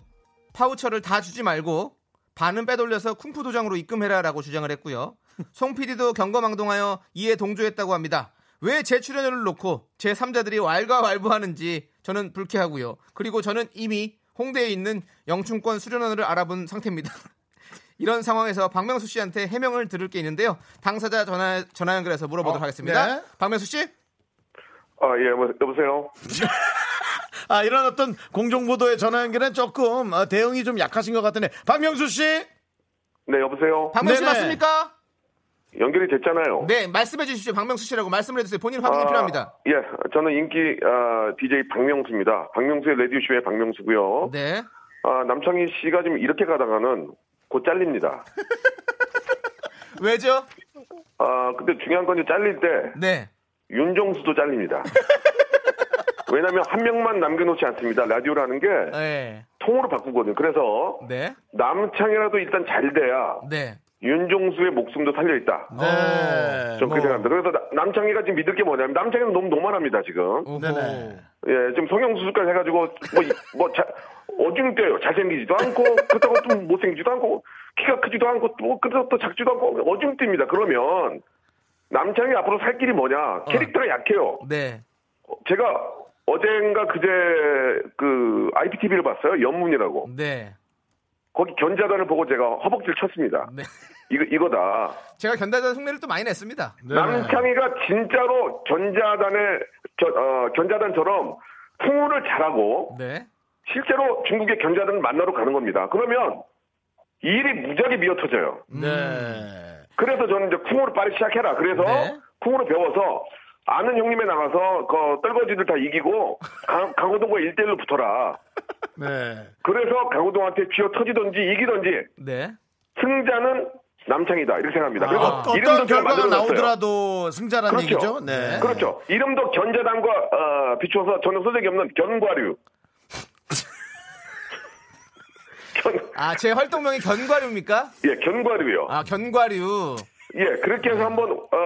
B: 파우처를 다 주지 말고 반은 빼돌려서 쿵푸 도장으로 입금해라라고 주장을 했고요. 송 PD도 경거망동하여 이에 동조했다고 합니다. 왜 제 출연료를 놓고 제 3자들이 왈가왈부하는지 저는 불쾌하고요. 그리고 저는 이미 홍대에 있는 영춘권 수련원을 알아본 상태입니다. 이런 상황에서 박명수 씨한테 해명을 들을 게 있는데요. 당사자 전화 전화 연결해서 물어보도록
A: 어,
B: 하겠습니다.
A: 네.
B: 박명수 씨?
G: 아, 예, 여보- 여보세요?
A: 아, 이런 어떤 공정보도의 전화 연결은 조금 어, 대응이 좀 약하신 것 같은데. 박명수 씨.
G: 네, 여보세요?
B: 박명수 씨
A: 네네.
B: 맞습니까?
G: 연결이 됐잖아요.
B: 네, 말씀해 주십시오. 박명수 씨라고 말씀을 해주세요. 본인 확인이
G: 아,
B: 필요합니다.
G: 예, 저는 인기 아, DJ 박명수입니다. 박명수의 레디오쇼의 박명수고요.
B: 네.
G: 아, 남창희 씨가 지금 이렇게 가다가는 곧 잘립니다.
B: 왜죠?
G: 아, 근데 중요한 건 이제 잘릴 때
B: 네.
G: 윤종수도 잘립니다. 왜냐하면 한 명만 남겨놓지 않습니다. 라디오라는 게
B: 네.
G: 통으로 바꾸거든요. 그래서
B: 네.
G: 남창이라도 일단 잘 돼야
B: 네.
G: 윤종수의 목숨도 살려 있다.
B: 어.
A: 네.
G: 좀
A: 뭐,
G: 그렇게 생각합니다. 그래서 나- 남창희가 지금 믿을 게 뭐냐면 남창희는 너무 노멀합니다 지금.
B: 오호.
A: 네네.
G: 예, 지금 성형수술까지 해가지고, 뭐, 이- 뭐, 자, 어중대요. 잘생기지도 않고, 그렇다고 좀 못생기지도 않고, 키가 크지도 않고, 또, 그렇다고 또 작지도 않고, 어중대입니다. 그러면, 남창이 앞으로 살 길이
B: 어.
G: 뭐냐? 캐릭터가 약해요.
B: 네.
G: 제가 어젠가 그제, 그, IPTV를 봤어요. 연문이라고.
B: 네.
G: 거기 견자단을 보고 제가 어, 허벅지를 쳤습니다.
B: 네.
G: 이거, 이거다.
B: 제가 견다자 흉내를 또 많이 냈습니다.
G: 남창이가 진짜로 견자단에, 네, 저, 어, 견자단처럼 풍우를 잘하고,
B: 네.
G: 실제로 중국의 견자들을 만나러 가는 겁니다. 그러면 일이 무지하게 미어터져요.
A: 네.
G: 그래서 저는 이제 쿵으로 빨리 시작해라. 그래서
B: 네.
G: 쿵으로 배워서 아는 형님에 나가서 그 떨거지들 다 이기고 강, 강호동과 일대일로 붙어라.
A: 네.
G: 그래서 강호동한테 쥐어 터지든지 이기든지
B: 네.
G: 승자는 남창이다 이렇게 생각합니다.
A: 아,
G: 그래서
A: 어떤
G: 이름도 잘
A: 결과가
G: 만들어놨어요.
A: 나오더라도 승자라는
G: 그렇죠.
A: 얘기죠. 네.
G: 그렇죠. 이름도 견자담과 어, 비추어서 전혀 소색이 없는 견과류. 견,
B: 아, 제 활동명이 견과류입니까?
G: 예, 견과류요.
B: 아, 견과류.
G: 예, 그렇게 해서 한번 어,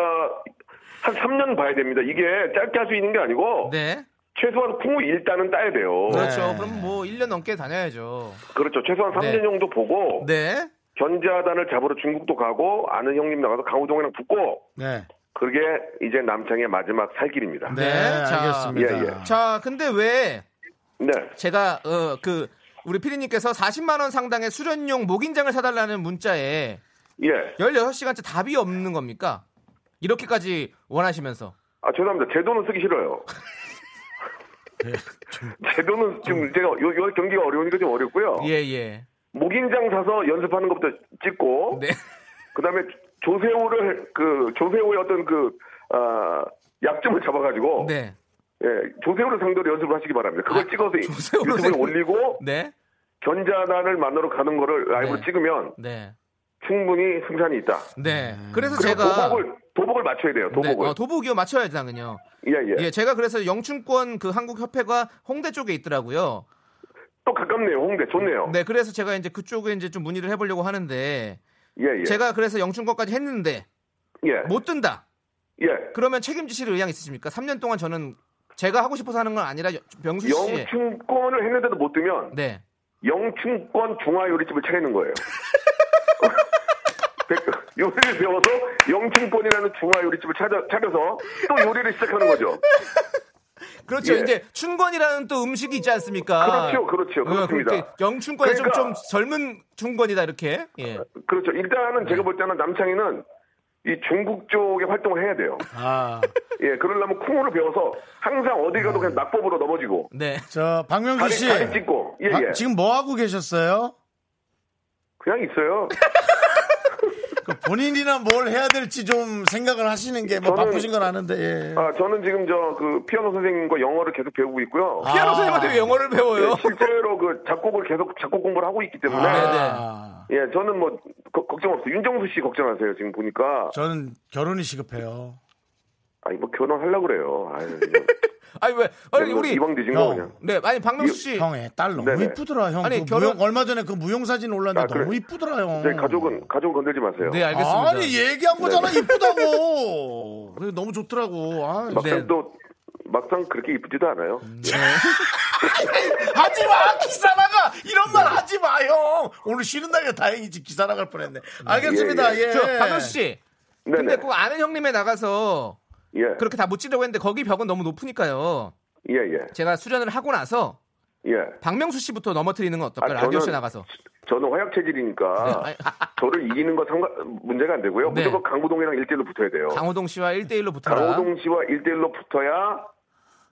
G: 한 3년 봐야 됩니다. 이게 짧게 할 수 있는 게 아니고
B: 네.
G: 최소한 풍우 일단은 따야 돼요.
B: 그렇죠.
A: 네.
B: 그럼 뭐 1년 넘게 다녀야죠.
G: 그렇죠. 최소한 3년
B: 네.
G: 정도 보고
B: 네.
G: 견자단을 잡으러 중국도 가고 아는 형님 나가서 강호동이랑 붙고
A: 네.
G: 그게 이제 남창의 마지막 살길입니다.
A: 네,
B: 네, 자,
A: 알겠습니다.
G: 예, 예.
B: 자, 근데 왜
G: 네.
B: 제가 어 그 우리 피디님께서 40만 원 상당의 수련용 목인장을 사달라는 문자에
G: 예.
B: 16시간째 답이 없는 겁니까? 이렇게까지 원하시면서.
G: 아 죄송합니다. 제 돈은 쓰기 싫어요.
B: 네,
G: 제 돈은 지금 제가 요, 요 경기가 어려우니까 좀 어렵고요.
B: 음. 예, 예.
G: 목인장 사서 연습하는 것부터 찍고
B: 네.
G: 그다음에 조세호를 그 조세호의 어떤 그 아, 약점을 잡아가지고
B: 네.
G: 예, 조세호를 상대로 연습을 하시기 바랍니다. 그걸
B: 아,
G: 찍어서
B: 조세호를
G: 유튜브에
B: 생각-
G: 올리고
B: 네.
G: 견자단을 만나러 가는 거를 라이브로
B: 네.
G: 찍으면
B: 네.
G: 충분히 승산이 있다.
B: 네. 그래서
G: 음. 그리고
B: 제가
G: 그러니까 도복을 도복을 맞춰야 돼요.
B: 네,
G: 도복을.
B: 어, 도복이요. 맞춰야 되는군요.
G: 예, 예.
B: 예, 제가 그래서 영춘권 그 한국협회가 홍대 쪽에 있더라고요.
G: 또 가깝네요. 홍대 좋네요.
B: 네, 그래서 제가 이제 그쪽에 이제 좀 문의를 해보려고 하는데
G: 예, 예.
B: 제가 뭐 그래서 영춘권까지 했는데
G: 예.
B: 못 든다.
G: 예.
B: 그러면 책임지실 의향 있으십니까? 3년 동안 저는 제가 하고 싶어서 하는 건 아니라 여- 명수 씨.
G: 영춘권을 했는데도 못 뜨면
B: 네.
G: 영춘권 중화요리집을 차리는 거예요. 요리를 배워서 영춘권이라는 중화요리집을 찾아, 차려서 또 요리를 시작하는 거죠.
B: 그렇죠.
G: 예.
B: 이제 춘권이라는 또 음식이 있지 않습니까? 어,
G: 그렇죠, 그렇죠. 그렇습니다.
B: 아. 그렇게 영춘권에 좀,
G: 그러니까-
B: 좀 젊은 춘권이다 이렇게. 예.
G: 그렇죠. 일단은 제가 볼 때는 남창희는 이 중국 쪽에 활동을 해야 돼요.
A: 아,
G: 예, 그러려면 쿵우를 배워서 항상 어디 가도 그냥 낙법으로 넘어지고
B: 네.
A: 저 박명수
G: 다리,
A: 씨
G: 다리 찍고 예,
A: 박-
G: 예.
A: 지금 뭐 하고 계셨어요?
G: 그냥 있어요.
A: 그 본인이나 뭘 해야 될지 좀 생각을 하시는 게 뭐
G: 저는-
A: 바쁘신 건 아는데. 예.
G: 아, 저는 지금 저 그 피아노 선생님과 영어를 계속 배우고 있고요.
B: 피아노 선생님한테 왜 영어를
G: 예,
B: 배워요?
G: 실제로 그 작곡을 계속 작곡 공부를 하고 있기 때문에
B: 네,
A: 아,
G: 예, 저는 뭐 거- 걱정 없어요. 윤정수 씨 걱정하세요. 지금 보니까
B: 네.
A: 저는 결혼이 시급해요.
G: 아니 뭐 결혼하려고 그래요. 아유, 그냥
B: 아니 왜? 아니
G: 뭐
B: 우리
G: 이왕 뒤진 거
A: 형.
G: 그냥.
B: 네. 아니 박명수 씨.
A: 형의 딸 너무
G: 예. 네네.
A: 이쁘더라 형.
B: 아니,
A: 그
B: 결혼-
A: 무용- 얼마 전에 그 무용 사진 올랐는데
G: 아, 그래.
A: 너무 이쁘더라 형.
G: 제 네, 가족은 네. 가족 건들지 마세요.
B: 네, 알겠습니다.
A: 아니 얘기한 거잖아 이쁘다고. 그래, 너무 좋더라고. 아,
G: 막상
B: 네. 음.
G: 또 막상 그렇게 이쁘지도 않아요.
A: 하지 마 기사 나가 이런 말 하지 마 형. 오늘 쉬는 날이라 다행이지 기사 나갈 뻔했네. 알겠습니다. 예.
B: 저 박명수 씨. 근데
G: 네. 네네.
B: 꼭 아는 형님에 나가서
G: 예.
B: 그렇게 다 못 치려고 했는데 거기 벽은 너무 높으니까요.
G: 예, 예.
B: 제가 수련을 하고 나서
G: 예.
B: 박명수 씨부터 넘어뜨리는 건 어떨까요?
G: 아, 저는-
B: 라디오쇼 나가서.
G: 저는 화약 체질이니까
B: 네, 아니,
G: 저를 이기는 거 상관 문제가 안 되고요.
B: 네.
G: 무조건 강호동이랑 일대일로 붙어야 돼요.
B: 강호동 씨와 1대1로 붙어라.
G: 강호동 씨와 일대일로 붙어야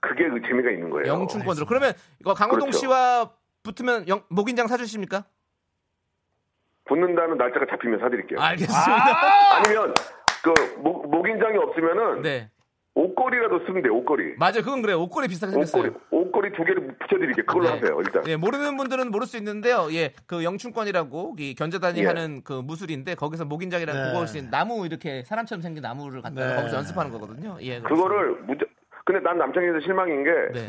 G: 그게 그 재미가 있는 거예요.
B: 영춘권으로. 그러면 이거 강호동
G: 그렇죠.
B: 씨와 붙으면 영- 목인장 사주십니까?
G: 붙는다는 날짜가 잡히면 사드릴게요.
B: 아, 알겠습니다.
G: 아니면 그 목, 목인장이 없으면은
B: 네.
G: 옷걸이라도 쓰면 돼요. 옷걸이.
B: 맞아요. 그건 그래요. 옷걸이 비슷하게 생겼어요.
G: 옷걸이 옷걸이 두 개를 붙여드릴게요. 그걸로
B: 네.
G: 하세요. 일단.
B: 예, 모르는 분들은 모를 수 있는데요. 예, 그 영춘권이라고 이 견자단이
G: 예.
B: 하는 그 무술인데 거기서 목인장이라는
A: 네.
B: 그것이 나무 이렇게 사람처럼 생긴 나무를 갖다가
A: 네.
B: 거기서 연습하는 거거든요. 예, 그렇습니다.
G: 그거를 무조. 근데 난 남창에서 실망인 게
B: 네.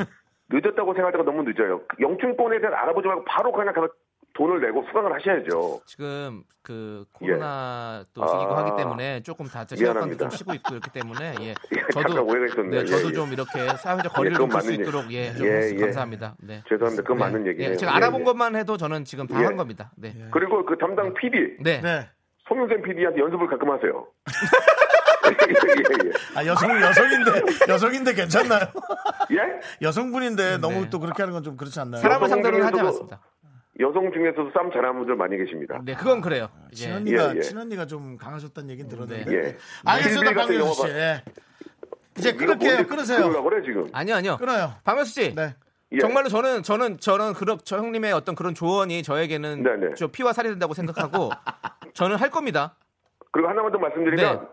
G: 늦었다고 생각할 때가 너무 늦어요. 그 영춘권에 대한 알아보지 말고 바로 그냥 가서 돈을 내고 수강을 하셔야죠.
B: 지금 그 코로나 또
G: 아.
B: 생기고 하기 때문에 조금 다들 시간도
G: 미안합니다.
B: 좀 쉬고 있고 이렇기 때문에 예.
G: 예, 잠깐 오해가 있었네요.
B: 네, 저도
G: 예, 예.
B: 좀 이렇게 사회적 거리를 좀둘
G: 그건
B: 수
G: 맞는
B: 있도록 예, 좀
G: 예, 예.
B: 감사합니다. 네.
G: 죄송합니다. 그건
B: 네.
G: 맞는 얘기예요.
B: 예, 제가
G: 예,
B: 알아본
G: 예.
B: 것만 해도 저는 지금 다
G: 예.
B: 한 겁니다. 네.
G: 그리고 그 담당 PD
B: 네.
A: 네.
G: 송윤생 PD한테 연습을 가끔 하세요. 예,
A: 아 여성 여성인데 여성인데 괜찮나요?
G: 예, 예. 예?
A: 여성분인데 너무
B: 네.
A: 또 그렇게 하는 건 좀 그렇지 않나요?
B: 사람을 상대로 하지
G: 여성분들도-
B: 않았습니다.
G: 여성 중에서도 싸움 잘하는 분들 많이 계십니다.
B: 네, 그건 그래요. 예.
A: 친언니가
G: 예, 예.
A: 친언니가 좀 강하셨다는 얘기는 들었는데.
G: 네. 예.
A: 알겠습니다,
G: 빌빌 같은
A: 박명수 씨.
G: 영화 봐.
A: 예. 이제
G: 네가
A: 끊을게요.
G: 뭔데
A: 끊으세요.
G: 그러려고 그래 지금.
B: 아니요, 아니요.
A: 끊어요.
B: 박명수 씨.
A: 네.
G: 예.
B: 정말로 저는 저는 저는 그런 저 형님의 어떤 그런 조언이 저에게는
G: 네, 네.
B: 저 피와 살이 된다고 생각하고 저는 할 겁니다.
G: 그리고 하나만 더 말씀드리면
B: 네.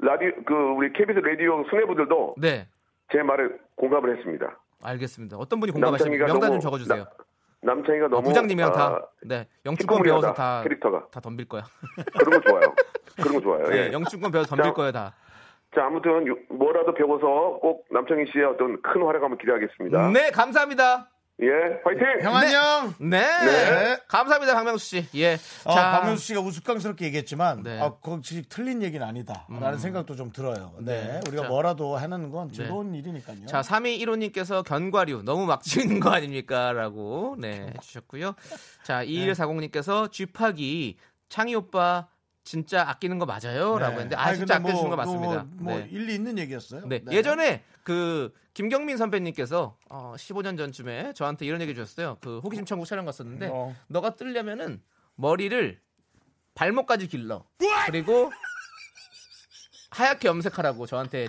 G: 라디오 그 우리 KBS 라디오 수뇌부들도
B: 네.
G: 제 말에 공감을 했습니다.
B: 알겠습니다. 어떤 분이 공감하십니까?
G: 남창희가
B: 명단
G: 너무
B: 좀 적어주세요.
G: 나- 남창이가
B: 아,
G: 너무
B: 부장님이랑
G: 아,
B: 다. 네. 영춘권 배워서
G: 힙구물이하다,
B: 다.
G: 캐릭터가
B: 다 덤빌 거야.
G: 그런 거 좋아요. 그런 거 좋아요.
B: 네,
G: 예.
B: 영춘권 배워서 덤빌
G: 자,
B: 거야 다.
G: 자 아무튼 요- 뭐라도 배워서 꼭 남창희 씨의 어떤 큰 활약 한번 기대하겠습니다.
B: 네, 감사합니다.
G: 예, 화이팅.
A: 형 안녕.
B: 네.
G: 네.
B: 감사합니다, 박명수 씨. 예.
A: 아,
B: 자,
A: 박명수 씨가 우스꽝스럽게 얘기했지만
B: 네. 음.
A: 아, 그건 지 틀린 얘기는 아니다라는 생각도 좀 들어요. 네,
B: 네.
A: 우리가
B: 자.
A: 뭐라도 하는 건
B: 네.
A: 즐거운 일이니까요.
B: 자, 3위 1호님께서 견과류 너무 막 지는 거 아닙니까? 라고, 네, 해주셨고요. 자,
A: 네.
B: 2140님께서 쥐팍이 창희 오빠 진짜 아끼는 거 맞아요?
A: 네.
B: 라고 했는데, 아,
A: 아니,
B: 진짜
A: 근데
B: 아껴주는 거
A: 뭐,
B: 맞습니다.
A: 뭐, 뭐
B: 네.
A: 일리 있는 얘기였어요.
B: 네.
A: 네.
B: 예전에 그 김경민 선배님께서 어, 15년 전쯤에 저한테 이런 얘기 주셨어요. 그 호기심 천국 촬영 갔었는데
A: 어.
B: 너가 뜨려면은 머리를 발목까지 길러. 그리고 하얗게 염색하라고 저한테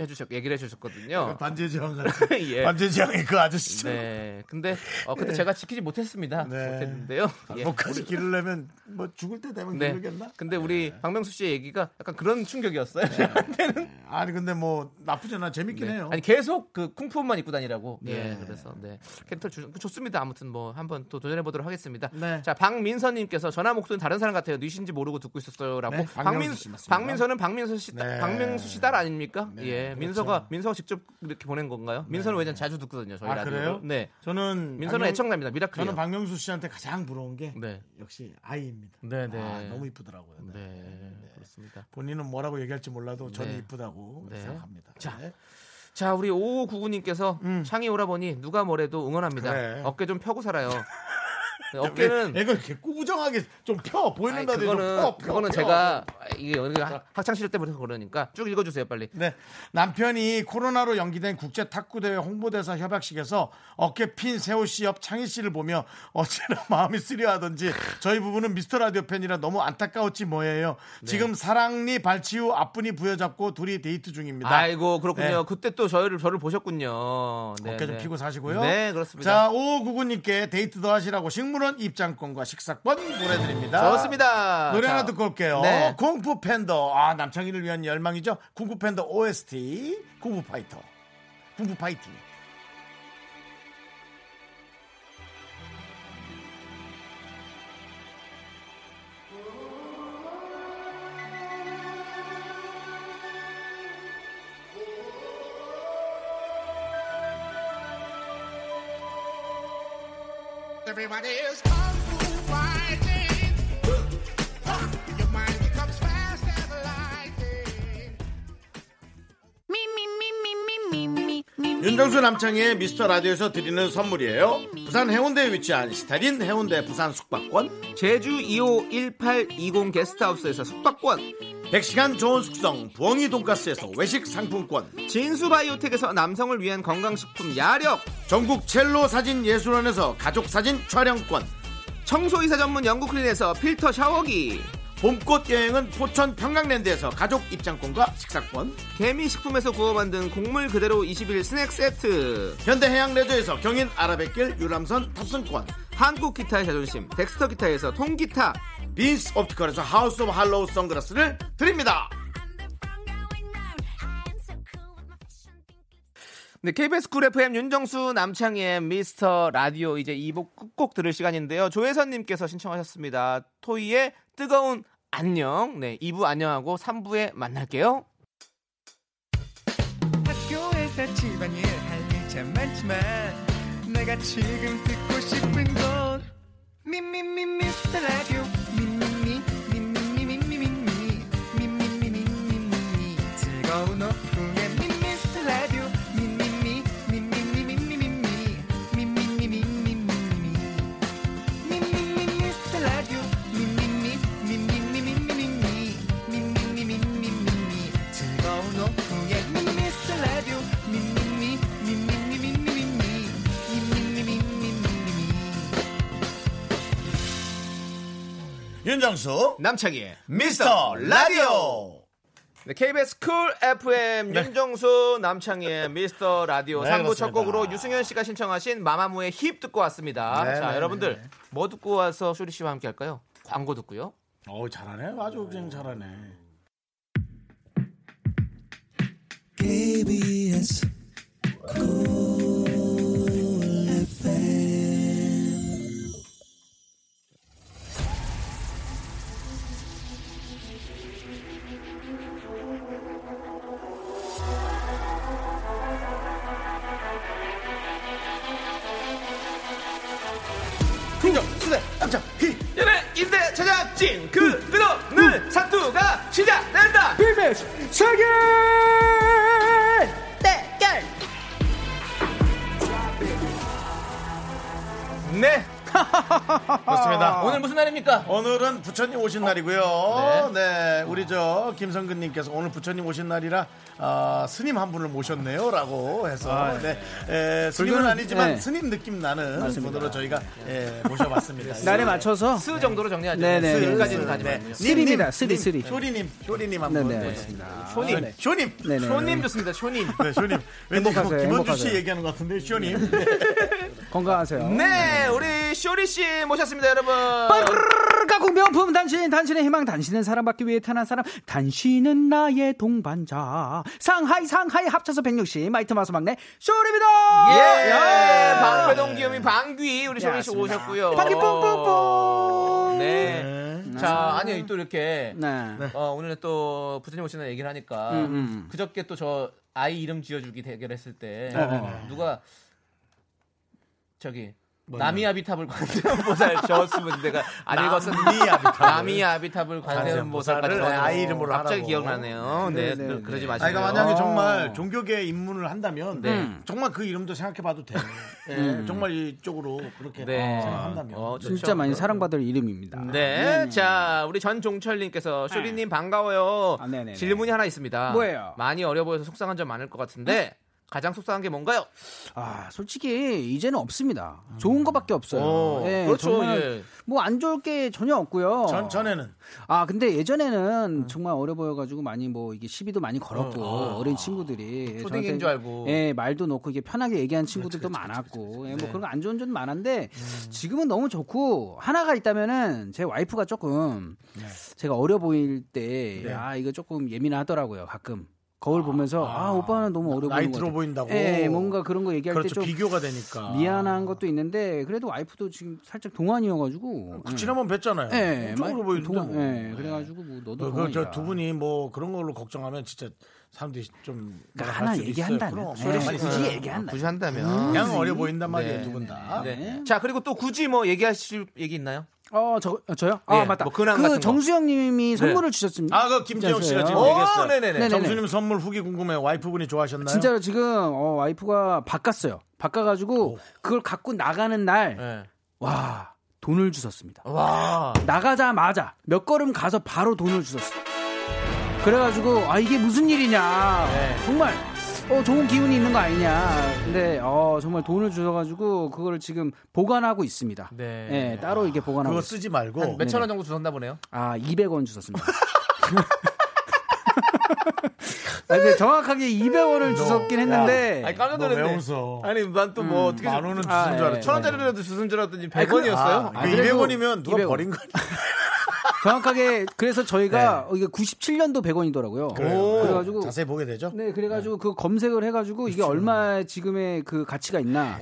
B: 해주셨 얘기를 해주셨거든요.
A: 반지 지왕 같은.
B: 예.
A: 반지 지왕의 그 아저씨. 네.
B: 네. 근데 어 그때 제가 지키지 못했습니다.
A: 네.
B: 못했는데요. 예.
A: 목까지 기르려면 뭐 죽을 때 되면
B: 네.
A: 기르겠나?
B: 근데 우리 박명수 씨의 얘기가 약간 그런 충격이었어요.
A: 네.
B: 저한테는.
A: 아니 근데 뭐 나쁘지 않아 재밌긴
B: 네.
A: 해요.
B: 아니 계속 그 쿵푸만 입고 다니라고.
A: 네.
B: 예. 그래서 네. 캐릭터 주, 좋습니다. 아무튼 뭐 한번 또 도전해 보도록 하겠습니다.
A: 네.
B: 자, 박민선 님께서 전화 목소리 는 다른 사람 같아요. 뉘신지 모르고 듣고 있었어요라고.
A: 네, 박명수
B: 박민
A: 씨 맞습니다.
B: 박민선은 박민선 씨 딸-
A: 네.
B: 박명수 씨 딸 아닙니까?
A: 네,
B: 예.
A: 그렇죠. 네.
B: 민서가 민서가 직접 이렇게 보낸 건가요? 민서는 왜냐면 자주 듣거든요. 저희
A: 아,
B: 라디오.
A: 그래요?
B: 네.
A: 저는
B: 민서는
A: 박명-
B: 애청자입니다. 미라클이요.
A: 저는 박명수 씨한테 가장 부러운 게
B: 네.
A: 역시 아이입니다.
B: 네, 네.
A: 아, 너무 이쁘더라고요. 네.
B: 네. 그렇습니다.
A: 본인은 뭐라고 얘기할지 몰라도 저는
B: 네.
A: 이쁘다고
B: 네.
A: 생각합니다.
B: 자,
A: 네.
B: 자, 우리 5599님께서 창이 오라버니 누가 뭐래도 응원합니다.
A: 음. 그래.
B: 어깨 좀 펴고 살아요. 네, 어깨는
A: 애가 이렇게 꾸부정하게 좀 펴 보이는
B: 아니,
A: 라도 어, 좀
B: 그거는
A: 펴. 펴,
B: 그거는
A: 펴.
B: 제가
A: 어.
B: 이게 여기 학창 시절 때부터 그러니까 쭉 읽어주세요 빨리.
A: 네. 남편이 코로나로 연기된 국제 탁구대회 홍보대사 협약식에서 어깨 핀 세호 씨 옆 창희 씨를 보며 어찌나 마음이 쓰려하던지 저희 부부는 미스터 라디오 팬이라 너무 안타까웠지 뭐예요.
B: 네.
A: 지금 사랑니 발치우 앞분이 부여잡고 둘이 데이트 중입니다.
B: 아이고 그렇군요.
A: 네.
B: 그때 또 저를 저를 보셨군요. 네,
A: 어깨 좀
B: 네.
A: 피고 사시고요.
B: 네 그렇습니다.
A: 자, 5599님께 데이트 더 하시라고 식물원 입장권과 식사권 보내드립니다.
B: 아, 좋습니다.
A: 노래 하나
B: 자,
A: 듣고 올게요.
B: 네.
A: 공포 팬더. 아, 남창희를 위한 열망이죠. 공포 팬더 OST. 공포 파이터. 공포 파이팅.
H: Everybody is kung fu fighting. Your mind becomes fast as lightning.
A: 윤정수 남창희의 미스터 라디오에서 드리는 선물이에요. 부산 해운대에 위치한 시타딘 해운대 부산 숙박권.
B: 제주 2호 1820 게스트하우스에서 숙박권,
A: 100시간 좋은 숙성 부엉이 돈가스에서 외식 상품권.
B: 진수바이오텍에서 남성을 위한 건강식품 야력,
A: 전국 첼로 사진 예술원에서 가족 사진 촬영권.
B: 청소이사 전문 영국클린에서 필터 샤워기,
A: 봄꽃 여행은 포천 평강랜드에서 가족 입장권과 식사권.
B: 개미식품에서 구워 만든 곡물 그대로 21 스낵 세트,
A: 현대해양 레저에서 경인 아라뱃길 유람선 탑승권.
B: 한국 기타의 자존심, 덱스터 기타에서 통기타,
A: 빈스 옵티컬에서 하우스 오브 할로우 선글라스를 드립니다.
B: 네, KBS 쿨 FM 윤정수 남창희의 미스터 라디오 이제 2부 끝곡 들을 시간인데요. 조혜선님께서 신청하셨습니다. 토이의 뜨거운 안녕. 네, 2부 안녕하고 3부에 만날게요.
I: 학교에서 집안일 할 일 참 많지만 내가 지금 듣고 싶은 건 미미미 미스터 라디오 미미미 미미미 미미미 미미미 미미미 미미미 즐거운 오후에 미스터 라디오 미미미 미미미 미미미 미미미 미미미
A: 윤정수
B: 남창희의
A: 미스터 라디오.
B: 네, KBS 쿨 FM 윤정수 남창희의 미스터 라디오
A: 네,
B: 3부 첫
A: 그렇습니다.
B: 곡으로 유승현 씨가 신청하신 마마무의 힙 듣고 왔습니다.
A: 네,
B: 자,
A: 네,
B: 여러분들
A: 네.
B: 뭐 듣고 와서 쇼리 씨와 함께 할까요? 광고 듣고요.
A: 어 잘하네. 아주 그냥 잘하네.
J: KBS Cool FM
A: 수대 깜짝 히
B: 연애 네, 인대 제작진 그 끝없는 사투가 시작된다
A: 빌베스 세계
B: 네
A: 그렇습니다.
B: 오늘 무슨 날입니까?
A: 아. 오늘은 부처님 오신
J: 어?
A: 날이고요. 네. 우리 저 김성근님께서 오늘 부처님 오신 날이라 아, 스님 한 분을 모셨네요라고 해서 네. 에, 스님은
J: 아, 불교는-
A: 아니지만
J: 네.
A: 스님 느낌 나는
J: 맞습니다. 네.
A: 분으로 저희가 예, 모셔봤습니다.
J: 날에 맞춰서
B: 스 정도로 정리하죠
J: 네네.
B: 여기까지는
J: 네.
B: 다짐하네요
J: 스리입니다, 스리, 스리.
A: 쇼리님, 쇼리님 한 분.
J: 네네
A: 모셨습니다.
J: 맞습니다.
B: 쇼님.
J: 네.
A: 쇼님.
J: 네네.
B: 쇼님 좋습니다 쇼님
A: 네, 쇼님. 왠지
J: 행복하세요,
A: 뭐 김원주 씨
J: 행복하세요. 네.
A: 얘기하는 것 같은데 쇼님.
J: 건강하세요.
B: 네 우리 쇼리 씨 모셨습니다 여러분
J: 가공 명품 당신 당신의 희망 당신은 사랑받기 위해 태어난 사람 당신은 나의 동반자 상하이 상하이 합쳐서 160 마이트 마스 막내
B: 예,
J: 쇼리입니다
B: 예. 방배동 기요이 방귀 우리 쇼리 씨
J: 맞습니다.
B: 오셨고요
J: 방귀 뿡뿡뿡.
B: 네. 자 아니 또 이렇게
J: 네.
B: 어, 오늘 또 부처님 오시는 얘기를 하니까
J: 음, 음.
B: 그저께 또 저 아이 이름 지어주기 대결했을 때
J: 네,
B: 누가 저기 나미아비탑을 관세음보살 지었으면 내가 안 읽었었는데
A: 미아비타.
B: 나미아비탑을 관세음보살까지
A: 관세음보살을
B: 지어가지고
A: 아이 이름으로
B: 갑자기
A: 하라고.
B: 기억나네요. 네,
J: 네, 네, 네.
B: 그러지
A: 아,
B: 마시고요.
A: 그러니까 만약에 정말 종교계에 입문을 한다면
B: 네.
A: 정말 그 이름도 생각해봐도 돼요.
J: 음.
A: 예, 정말 이쪽으로 그렇게
B: 네.
A: 생각한다면.
B: 어, 좋죠.
J: 진짜 많이 사랑받을 이름입니다 음.
B: 네, 자 우리 전종철님께서 쇼리님 반가워요.
J: 네. 아, 네네네.
B: 질문이 하나 있습니다.
J: 뭐예요? 네?
B: 많이 어려 보여서 속상한 점 많을 것 같은데 가장 속상한 게 뭔가요?
J: 아 솔직히 이제는 없습니다 좋은 거밖에 없어요
B: 어,
J: 예,
B: 그렇죠,
J: 정말
B: 예.
J: 뭐안 좋을 게 전혀 없고요
A: 그렇죠. 전, 전에는.
J: 아 근데 예전에는 정말 어려 보여가지고 많이 뭐 이게 시비도 많이 걸었고 어, 린 친구들이
B: 아. 초딩인 그렇죠,
J: 저한테
B: 줄 알고.
J: 예 말도 놓고 이게 편하게 얘기한 친구들도 많았고
B: 네.
J: 예, 뭐 그런 거 안 좋은 점도 많았는데
B: 음.
J: 지금은 너무 좋고 하나가 있다면은 제 와이프가 조금
B: 네.
J: 제가 어려 보일 때 아 이거 조금 예민하더라고요 가끔 거울 보면서 아, 오빠는 너무 어려
A: 나이
J: 보이는 것
A: 들어
J: 같아.
A: 보인다고.
J: 예 뭔가 그런 거 얘기할
A: 그렇죠.
J: 때 좀
A: 비교가 되니까.
J: 미안한 것도 있는데 그래도 와이프도 지금 살짝 동안이어가지고
A: 그 지난번 뵀잖아요.
J: 예,
A: 쪽으로
J: 많이
A: 보이는데.
J: 동안-
A: 뭐.
J: 예, 그래가지고 뭐 너도
A: 그, 그,
J: 동안이다.
A: 저두 분이 뭐 그런 걸로 걱정하면 진짜 사람들이 좀.
J: 그러니까
A: 나갈
J: 하나
A: 수도
J: 얘기한다면
A: 있어요. 그럼
J: 네.
A: 소리 많이
J: 굳이
A: 있어요.
J: 얘기한다.
B: 굳이
J: 음,
B: 한다면
A: 그냥 어려 보인단 말이에요,
B: 네.
A: 두 분 다.
B: 네. 자 그리고 또 굳이 뭐 얘기하실 얘기 있나요?
J: 어, 저, 어, 저요? 아,
B: 예,
J: 맞다.
B: 뭐 근황 같은 거.
J: 그 정수영님이 선물을 주셨습니다.
A: 네. 아, 그 김지영 씨가 지금
J: 어,
A: 얘기했어요.
B: 네네네.
J: 네네.
A: 정수님 선물 후기 궁금해요. 와이프분이 좋아하셨나요?
J: 진짜로 지금 어, 와이프가 바꿨어요. 바꿔가지고 그걸 갖고 나가는 날,
B: 네.
J: 와, 돈을 주셨습니다.
A: 어.
B: 와.
J: 나가자마자 몇 걸음 가서 바로 돈을 주셨어요. 그래가지고, 아, 이게 무슨 일이냐.
B: 네.
J: 정말, 어, 좋은 기운이 있는 거 아니냐. 근데, 어, 정말 돈을 주셔가지고, 그거를 지금 보관하고 있습니다.
B: 네.
J: 예, 따로 이게 보관하고
A: 그거
J: 있습니다.
A: 쓰지 말고.
B: 몇천 원 정도 주셨나 보네요.
J: 아, 200원 주셨습니다. 아, 근데 정확하게
A: 음.
J: 200원을 주셨긴 했는데.
B: 아니 깜짝
A: 너왜
B: 놀랐네.
A: 웃어?
B: 아니 난 또 뭐 어떻게
A: 만 원은 주신
J: 아,
A: 줄
J: 예.
A: 알았죠.
B: 천 원짜리라도 주신 줄 알았더니
J: 아니, 그-
B: 100원이었어요.
J: 아,
A: 그
J: 그래도
A: 200원이면 누가
J: 200원.
A: 버린 거 아니야?
J: 정확하게, 그래서 저희가, 어, 이게 97년도 100원이더라고요. 그래가지고.
A: 네. 자세히 그렇죠. 보게 되죠?
J: 네, 그래가지고 그 검색을 해가지고 이게 얼마 지금의 그 가치가 있나.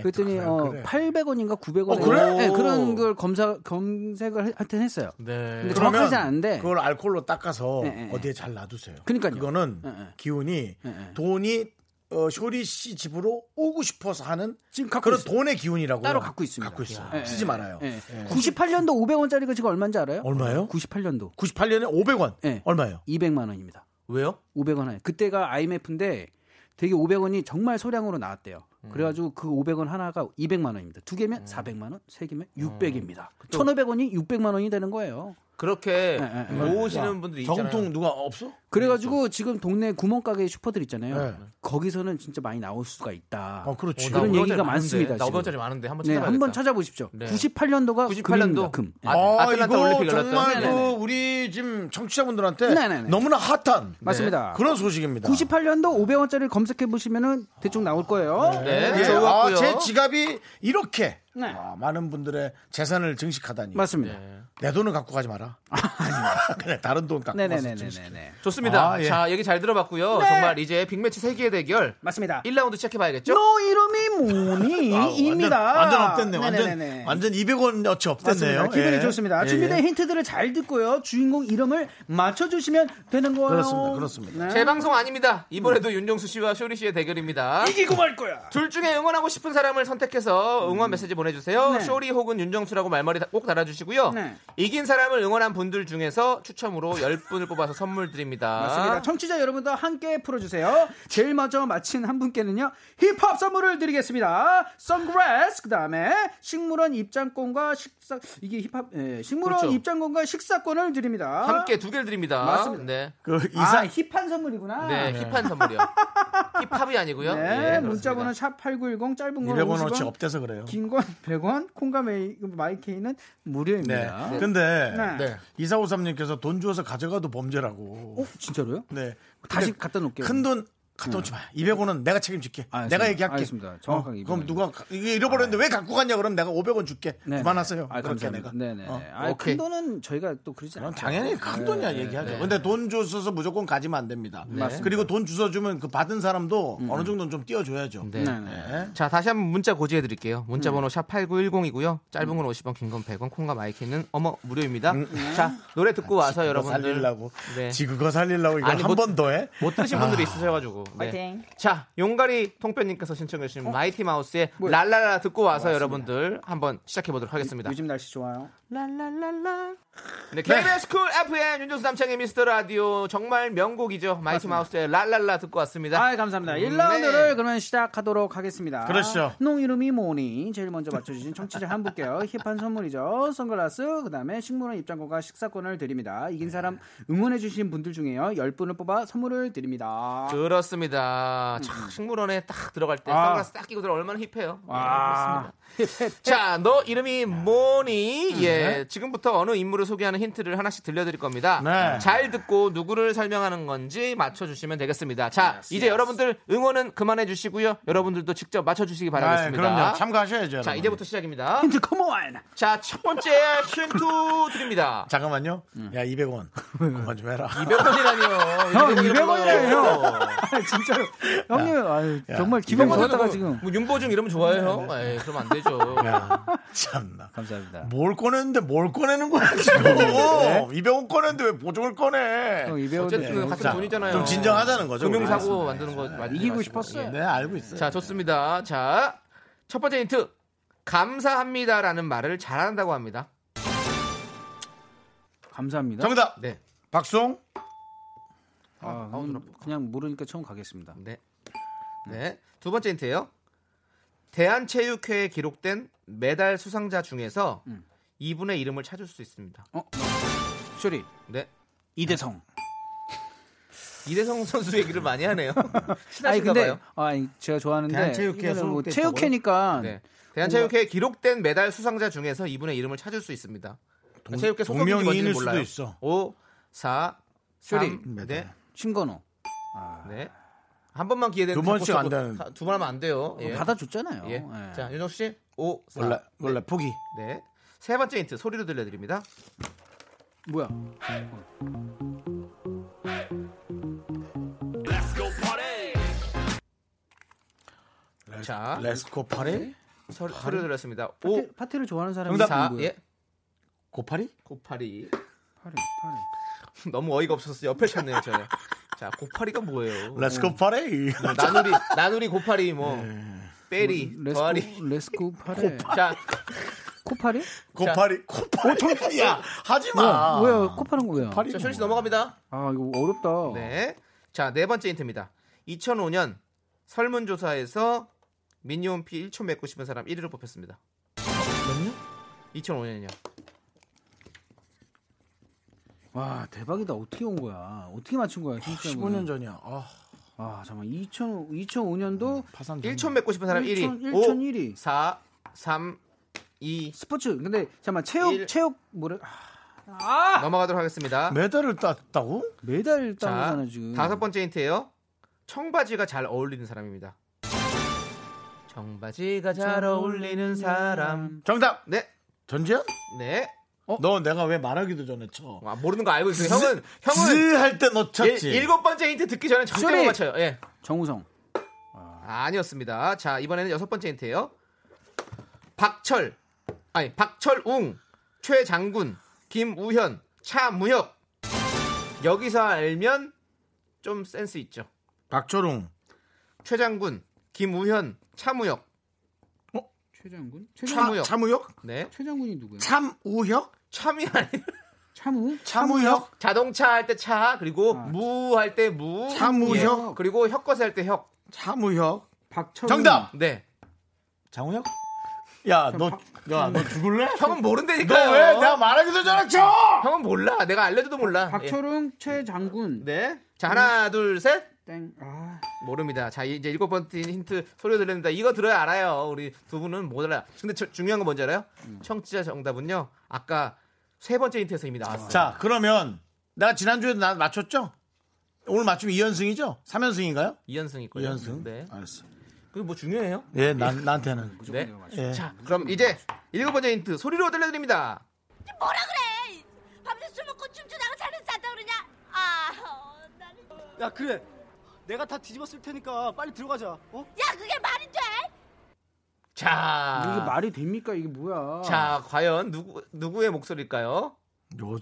J: 그랬더니 어, 800원인가 900원.
A: 어, 그래요?
J: 네, 그런 걸 검사, 검색을 하- 하여튼 했어요.
B: 네.
A: 그러면
J: 근데 정확하지 않은데.
A: 그걸 알콜로 닦아서
J: 네, 네, 네.
A: 어디에 잘 놔두세요.
J: 그러니까요.
A: 그거는
J: 네, 네.
A: 기운이
J: 네, 네.
A: 돈이 어, 쇼리 씨 집으로 오고 싶어서 하는
J: 지금 갖고
A: 그런
J: 있어요.
A: 돈의 기운이라고
J: 따로 갖고 있습니다.
A: 갖고 있어요.
J: 예, 예,
A: 쓰지 말아요.
J: 예. 98년도 500원짜리가 지금 얼마인지 알아요?
A: 얼마요?
J: 98년도
A: 98년에 500원.
J: 네.
A: 얼마예요?
J: 200만 원입니다.
B: 왜요?
J: 500원 하나. 그때가 IMF인데 되게 500원이 정말 소량으로 나왔대요. 그래가지고 그 500원 하나가 200만 원입니다. 두 개면 400만 원, 세 개면 600입니다. 1,500원이 600만 원이 되는 거예요.
B: 그렇게
J: 네, 네.
B: 모으시는 분들이 있잖아요.
A: 정통 누가 없어?
J: 그래가지고 지금 동네 구멍가게 슈퍼들 있잖아요.
A: 네.
J: 거기서는 진짜 많이 나올 수가 있다.
A: 어, 그렇지.
J: 그런
B: 나
J: 얘기가
B: 500원짜리
J: 많습니다.
B: 나
J: 지금.
B: 500원짜리 많은데 한번
J: 네,
B: 찾아봐야겠다.
J: 한번 찾아보십시오.
B: 네.
J: 98년도가 98년도
B: 98년도
J: 금. 예.
B: 아,
A: 아,
B: 아틀란타
A: 이거
B: 올림픽
A: 정말
B: 열렸던
A: 그
B: 네.
A: 우리 지금 청취자분들한테
J: 네, 네, 네.
A: 너무나 핫한
J: 맞습니다.
A: 그런 소식입니다.
J: 98년도 500원짜리를 검색해 보시면은 대충 나올 거예요.
B: 네.
A: 예,
B: 그래서
A: 아,
B: 왔고요.
A: 제 지갑이 이렇게
J: 네.
A: 아, 많은 분들의 재산을 증식하다니.
J: 맞습니다.
A: 내 돈은 갖고 가지 마라. 그래 다른 돈 갖고 가서 증식.
J: 네네네네네.
B: 좋습니다.
A: 아, 예.
B: 자, 얘기 잘 들어봤고요.
J: 네.
B: 정말 이제 빅매치 세개의 대결
J: 맞습니다.
B: 1라운드 시작해 봐야겠죠?
J: 너 이름이
A: 아우, 완전-
J: 뭐니입니다.
A: 완전 업됐네.
J: 네네네네.
A: 완전 완전 200원 어치
J: 맞습니다.
A: 업됐네요.
J: 기분이
A: 예.
J: 좋습니다. 아,
A: 예,
J: 준비된
A: 예.
J: 힌트들을 잘 듣고요. 주인공 이름을 맞춰주시면 되는 거예요.
A: 그렇습니다. 그렇습니다.
J: 네.
B: 재방송 아닙니다. 이번에도 윤정수 씨와 쇼리 씨의 대결입니다.
J: 이기고 말 거야.
B: 둘 중에 응원하고 싶은 사람을 선택해서 응원 메시지 보내주세요.
J: 음. 네.
B: 쇼리 혹은 윤정수라고 말머리 다- 꼭 달아주시고요.
J: 네.
B: 이긴 사람을 응원한 분들 중에서 추첨으로 10분을 뽑아서 선물 드립니다.
J: 맞습니다. 청취자 여러분도 함께 풀어주세요. 제일 먼저 마친 한 분께는요 힙합 선물을 드리겠습니다. 선글라스 그 다음에 식물원 입장권과 식사 이게 힙합 예, 식물원
B: 그렇죠.
J: 입장권과 식사권을 드립니다.
B: 함께 두 개를 드립니다.
J: 맞습니다.
B: 네.
A: 그
J: 아
A: 이사
J: 힙한 선물이구나.
B: 네, 힙한 선물이요. 힙합이 아니고요.
J: 네,
B: 예, 그렇습니다.
J: 문자번호 샵 8910 짧은 건
A: 200원어치
J: 50원,
A: 업돼서 그래요.
J: 긴건 100원, 콩과 메이- 마이케이는
A: 네.
J: 무료입니다.
B: 그-
A: 근데
J: 네.
A: 이사오삼님께서 돈 주어서 가져가도 범죄라고.
J: 어, 진짜로요?
A: 네.
J: 다시 갖다 놓을게요. 아,
A: 큰 돈 갖다 놓지 마. 200원은 내가 책임질게.
J: 알겠습니다.
A: 내가 얘기할게. 어,
J: 알겠습니다. 정확하게
A: 그럼
J: 200원.
A: 누가 가- 이게 잃어버렸는데 왜 갖고 갔냐? 그럼 내가 500원 줄게.
J: 네.
A: 그만하세요.
J: 아,
A: 그렇게
J: 감사합니다.
A: 내가.
J: 네네.
A: 어.
J: 아,
B: 오케이.
J: 큰 돈은 저희가 또 그러지 않아요. 네.
A: 그럼 당연히 큰 돈이야 얘기하죠. 근데 돈 주셔서 무조건 가지면 안 됩니다.
J: 네.
A: 그리고 돈 주워 주면 그 받은 사람도
J: 음,
A: 어느 정도는 좀 띄워줘야죠.
B: 네.
J: 네, 음. 네.
A: 네.
B: 자, 다시 한번 문자 고지해 드릴게요. 문자 번호 샵 8910이고요. 짧은
J: 음.
B: 건 50원, 긴 건 100원, 콩과 마이키는 어머 무료입니다. 자, 노래 듣고
J: 아,
B: 와서 여러분들
A: 살리려고.
B: 네.
A: 지 그거 살리려고 이걸
B: 아니, 뭐 못-
A: 한번 더 해?
B: 못
J: 아.
B: 들으신 분들이 있으셔가지고. 네. 자, 용가리 통뼈님께서 신청해
J: 어?
B: 주신 마이티 마우스의 랄랄라 듣고 와서 여러분들 한번 시작해 보도록 하겠습니다.
J: 요즘 날씨 좋아요.
B: 네, KBS 쿨 FM 윤종수 남창의 미스터 라디오 정말 명곡이죠. 마이티 마우스의 랄랄라 듣고 왔습니다.
J: 아, 감사합니다.
B: 음,
J: 1라운드를
B: 네.
J: 그러면 시작하도록 하겠습니다.
A: 그렇죠.
J: 농 이름이 뭐니? 제일 먼저 맞춰주신 청취자 한 분께요. 힙한 선물이죠. 선글라스, 그 다음에 식물원 입장권과 식사권을 드립니다.
A: 네.
J: 이긴 사람 응원해주신 분들 중에요. 10분을 뽑아 선물을
A: 아.
J: 드립니다. 음,
A: 음,
B: 그렇습니다. 참, 식물원에 딱 들어갈 때
J: 아.
B: 선글라스 딱 끼고 들어 얼마나 힙해요. 네,
A: 아.
J: 와.
B: 자, 너 이름이
A: 음,
B: 뭐니? 예, 지금부터 어느 인물을 소개하는 힌트를 하나씩 들려드릴 겁니다.
A: 네.
B: 잘 듣고 누구를 설명하는 건지 맞춰주시면 되겠습니다. 자, 이제 여러분들 응원은 그만해주시고요. 여러분들도 직접 맞춰주시기
A: 아,
B: 바라겠습니다.
A: 그럼요. 참가하셔야죠.
B: 자,
A: 여러분.
B: 이제부터 뭐 시작입니다.
J: 힌트 컴온!
B: 자, 첫 번째 힌트 드립니다.
A: 잠깐만요.
J: 음.
A: 야, 200원. 그만 좀 해라. 어,
B: 200원이라니요.
J: 형, 200원이라요, 아, 진짜로. 형님, 아유,
A: 야,
J: 정말 기분
A: 이거
J: 좋았다가 지금.
B: 뭐 윤보중 이러면 좋아해요.
A: 네,
B: 에이, 그러면 안 되죠.
A: 야, 참나.
J: 감사합니다.
A: 뭘 꺼냈는데 뭘 꺼내는 거야, 지금. 200원 꺼냈는데 왜 보증을 꺼내?
J: 형, 200원.
B: 어쨌든 같은
A: 네, 자,
B: 돈이잖아요.
A: 좀 진정하자는 거죠.
B: 금융사고 만드는 거 맞지
J: 이기고
B: 마시고. 예.
J: 싶었어요.
A: 네, 알고 있어요.
B: 자, 좋습니다. 자, 첫 번째 힌트. 감사합니다라는 말을 잘한다고 합니다.
J: 감사합니다.
A: 정답.
B: 네.
A: 박수홍.
J: 아,
B: 아우, 눈
J: 그냥, 그냥 모르니까 처음 가겠습니다.
B: 네. 네. 두 번째 힌트예요. 대한체육회에 기록된 메달 수상자 중에서
A: 음.
B: 이분의 이름을 찾을 수 있습니다.
J: 쇼리,
B: 네.
J: 이대성.
B: 이대성 선수 얘기를 많이 하네요.
J: 아니
B: 친하신가
J: 근데
B: 봐요.
J: 아니, 제가 좋아하는데
A: 대한체육회에
J: 이거는 뭐
A: 소속돼 있다고요?
J: 체육회니까
B: 네.
A: 음.
B: 대한체육회에 기록된 메달 수상자 중에서 이분의 이름을 찾을 수 있습니다.
A: 동-
B: 체육회 소속인지 뭔지는
A: 동명이인일 수도
B: 몰라요.
A: 있어.
B: 5 4
J: 쇼리.
B: 3 네.
A: 메달.
J: 신건호
B: 네. 한 번만 기회 되는
A: 두 번씩 안 되는.
B: 두번 하면 안 돼요. 예.
J: 뭐 받아줬잖아요.
B: 예.
J: 예.
B: 자, 윤정 씨. 5 4.
A: 몰라, 몰라, 포기.
B: 아, 네. 세 번째 힌트 소리로 들려 드립니다.
J: 뭐야?
A: 레-
B: 자.
A: 레스코
B: 네.
A: 파리?
B: 소, 소리로 들렸습니다. 5
J: 파티, 파티를 좋아하는 사람이
B: 정답. 4
J: 누구예요?
B: 예.
A: 고파리?
B: 고파리.
J: 파리, 파리.
B: 너무 어이가 없어서 옆에 찾네요, 저는. 자, 고파리가 뭐예요?
A: 레스코 파리.
B: 나누리, 나누리 고파리 뭐 빼리, 더아리.
J: 뭐, 레스코, 레스코 파리.
B: 자,
J: 코파리?
A: 고파리.
B: 어,
A: 고파리. 야, 하지 마. 음.
J: 뭐야? 뭐야? 코파는 거예요?
A: 파리.
B: 자, 쇼리 씨 넘어갑니다.
J: 아 이거 어렵다.
B: 네. 자, 네 번째 힌트입니다. 2005년 설문조사에서 미니홈피 1초 맺고 싶은 사람 1위로 뽑혔습니다. 몇 년? 2005년이요.
J: 와 대박이다. 어떻게 온 거야? 어떻게 맞춘 거야? 진짜
A: 15년 전이야. 아,
J: 아 잠깐 2000 2005년도
A: 파산.
B: 1초 맺고 싶은 사람 1위.
J: 1위.
B: 4, 3, 2.
J: 스포츠. 근데 잠깐 체육
B: 일.
J: 체육 뭐래? 아,
B: 넘어가도록 하겠습니다.
A: 메달을 땄다고?
J: 메달 따는
B: 자,
J: 거잖아 지금.
B: 다섯 번째 힌트예요. 청바지가 잘 어울리는 사람입니다. 청바지가 잘 어울리는 사람.
A: 정답.
B: 네,
A: 전지현?
B: 네.
A: 너 내가 왜 말하기도 전에 쳐?
B: 와, 모르는 거 알고 있어요. 형은 형은
A: 할때 너 쳤지.
B: 일, 곱 번째 힌트 듣기 전에 절대 못
J: 쇼리!
B: 맞춰요. 예,
J: 정우성.
B: 아니었습니다. 자, 이번에는 여섯 번째 힌트예요. 박철, 아니 박철웅, 최장군, 김우현, 차무혁. 여기서 알면 좀 센스 있죠.
A: 박철웅.
B: 최장군, 김우현, 차무혁.
J: 최장군?
A: 아,
B: 차무혁.
K: 차무혁?
B: 네.
J: 최장군이 누구야?
K: 참우혁?
B: 참이 아니에요.
J: 참우?
K: 참우혁?
B: 자동차 할 때 차, 그리고
A: 아,
B: 무 할 때 무.
K: 참우혁?
B: 예, 그리고 혁거세 할 때 혁.
K: 참우혁?
A: 음.
J: 박철
K: 정답!
B: 네.
A: 장우혁? 야, 너, 야, 너 죽을래?
B: 형은 모른다니까요.
A: 너 왜 내가 말하기도 전에 쳐!
B: 형은 몰라. 내가 알려줘도 몰라.
J: 박철웅 최장군
B: 예. 네. 자, 하나, 둘, 셋.
J: 땡. 아
B: 모릅니다. 자, 이제 일곱 번째 힌트 소리 들렸는데 이거 들어야 알아요. 우리 두 분은 못 알아. 근데 저- 중요한 건 뭔지 알아요? 청취자 정답은요. 아까 세 번째 힌트에서 이미 나왔어요.
A: 자, 그러면 내가 지난주에도 나 맞췄죠? 오늘 맞추면 2연승이죠? 3연승인가요? 뭐
B: 이연승일 거예요.
A: 2연승. 아.
B: 네.
A: 알았어.
B: 그게 뭐 중요해요?
A: 예, 난, 나한테는.
B: 네.
A: 예.
B: 자, 그럼 이제 일곱 번째 힌트 소리로 들려드립니다.
F: 뭐라 그래? 밤새 술 먹고 춤추다가 차는 쌌다 그러냐? 아, 어, 나는.
L: 야 그래 내가 다 뒤집었을 테니까 빨리 들어가자 어?
F: 야, 그게 말이 돼?
B: 자,
J: 이게 말이 됩니까? 이게 뭐야?
B: 아. 자, 과연 누구 누구의 목소리일까요?
A: 여,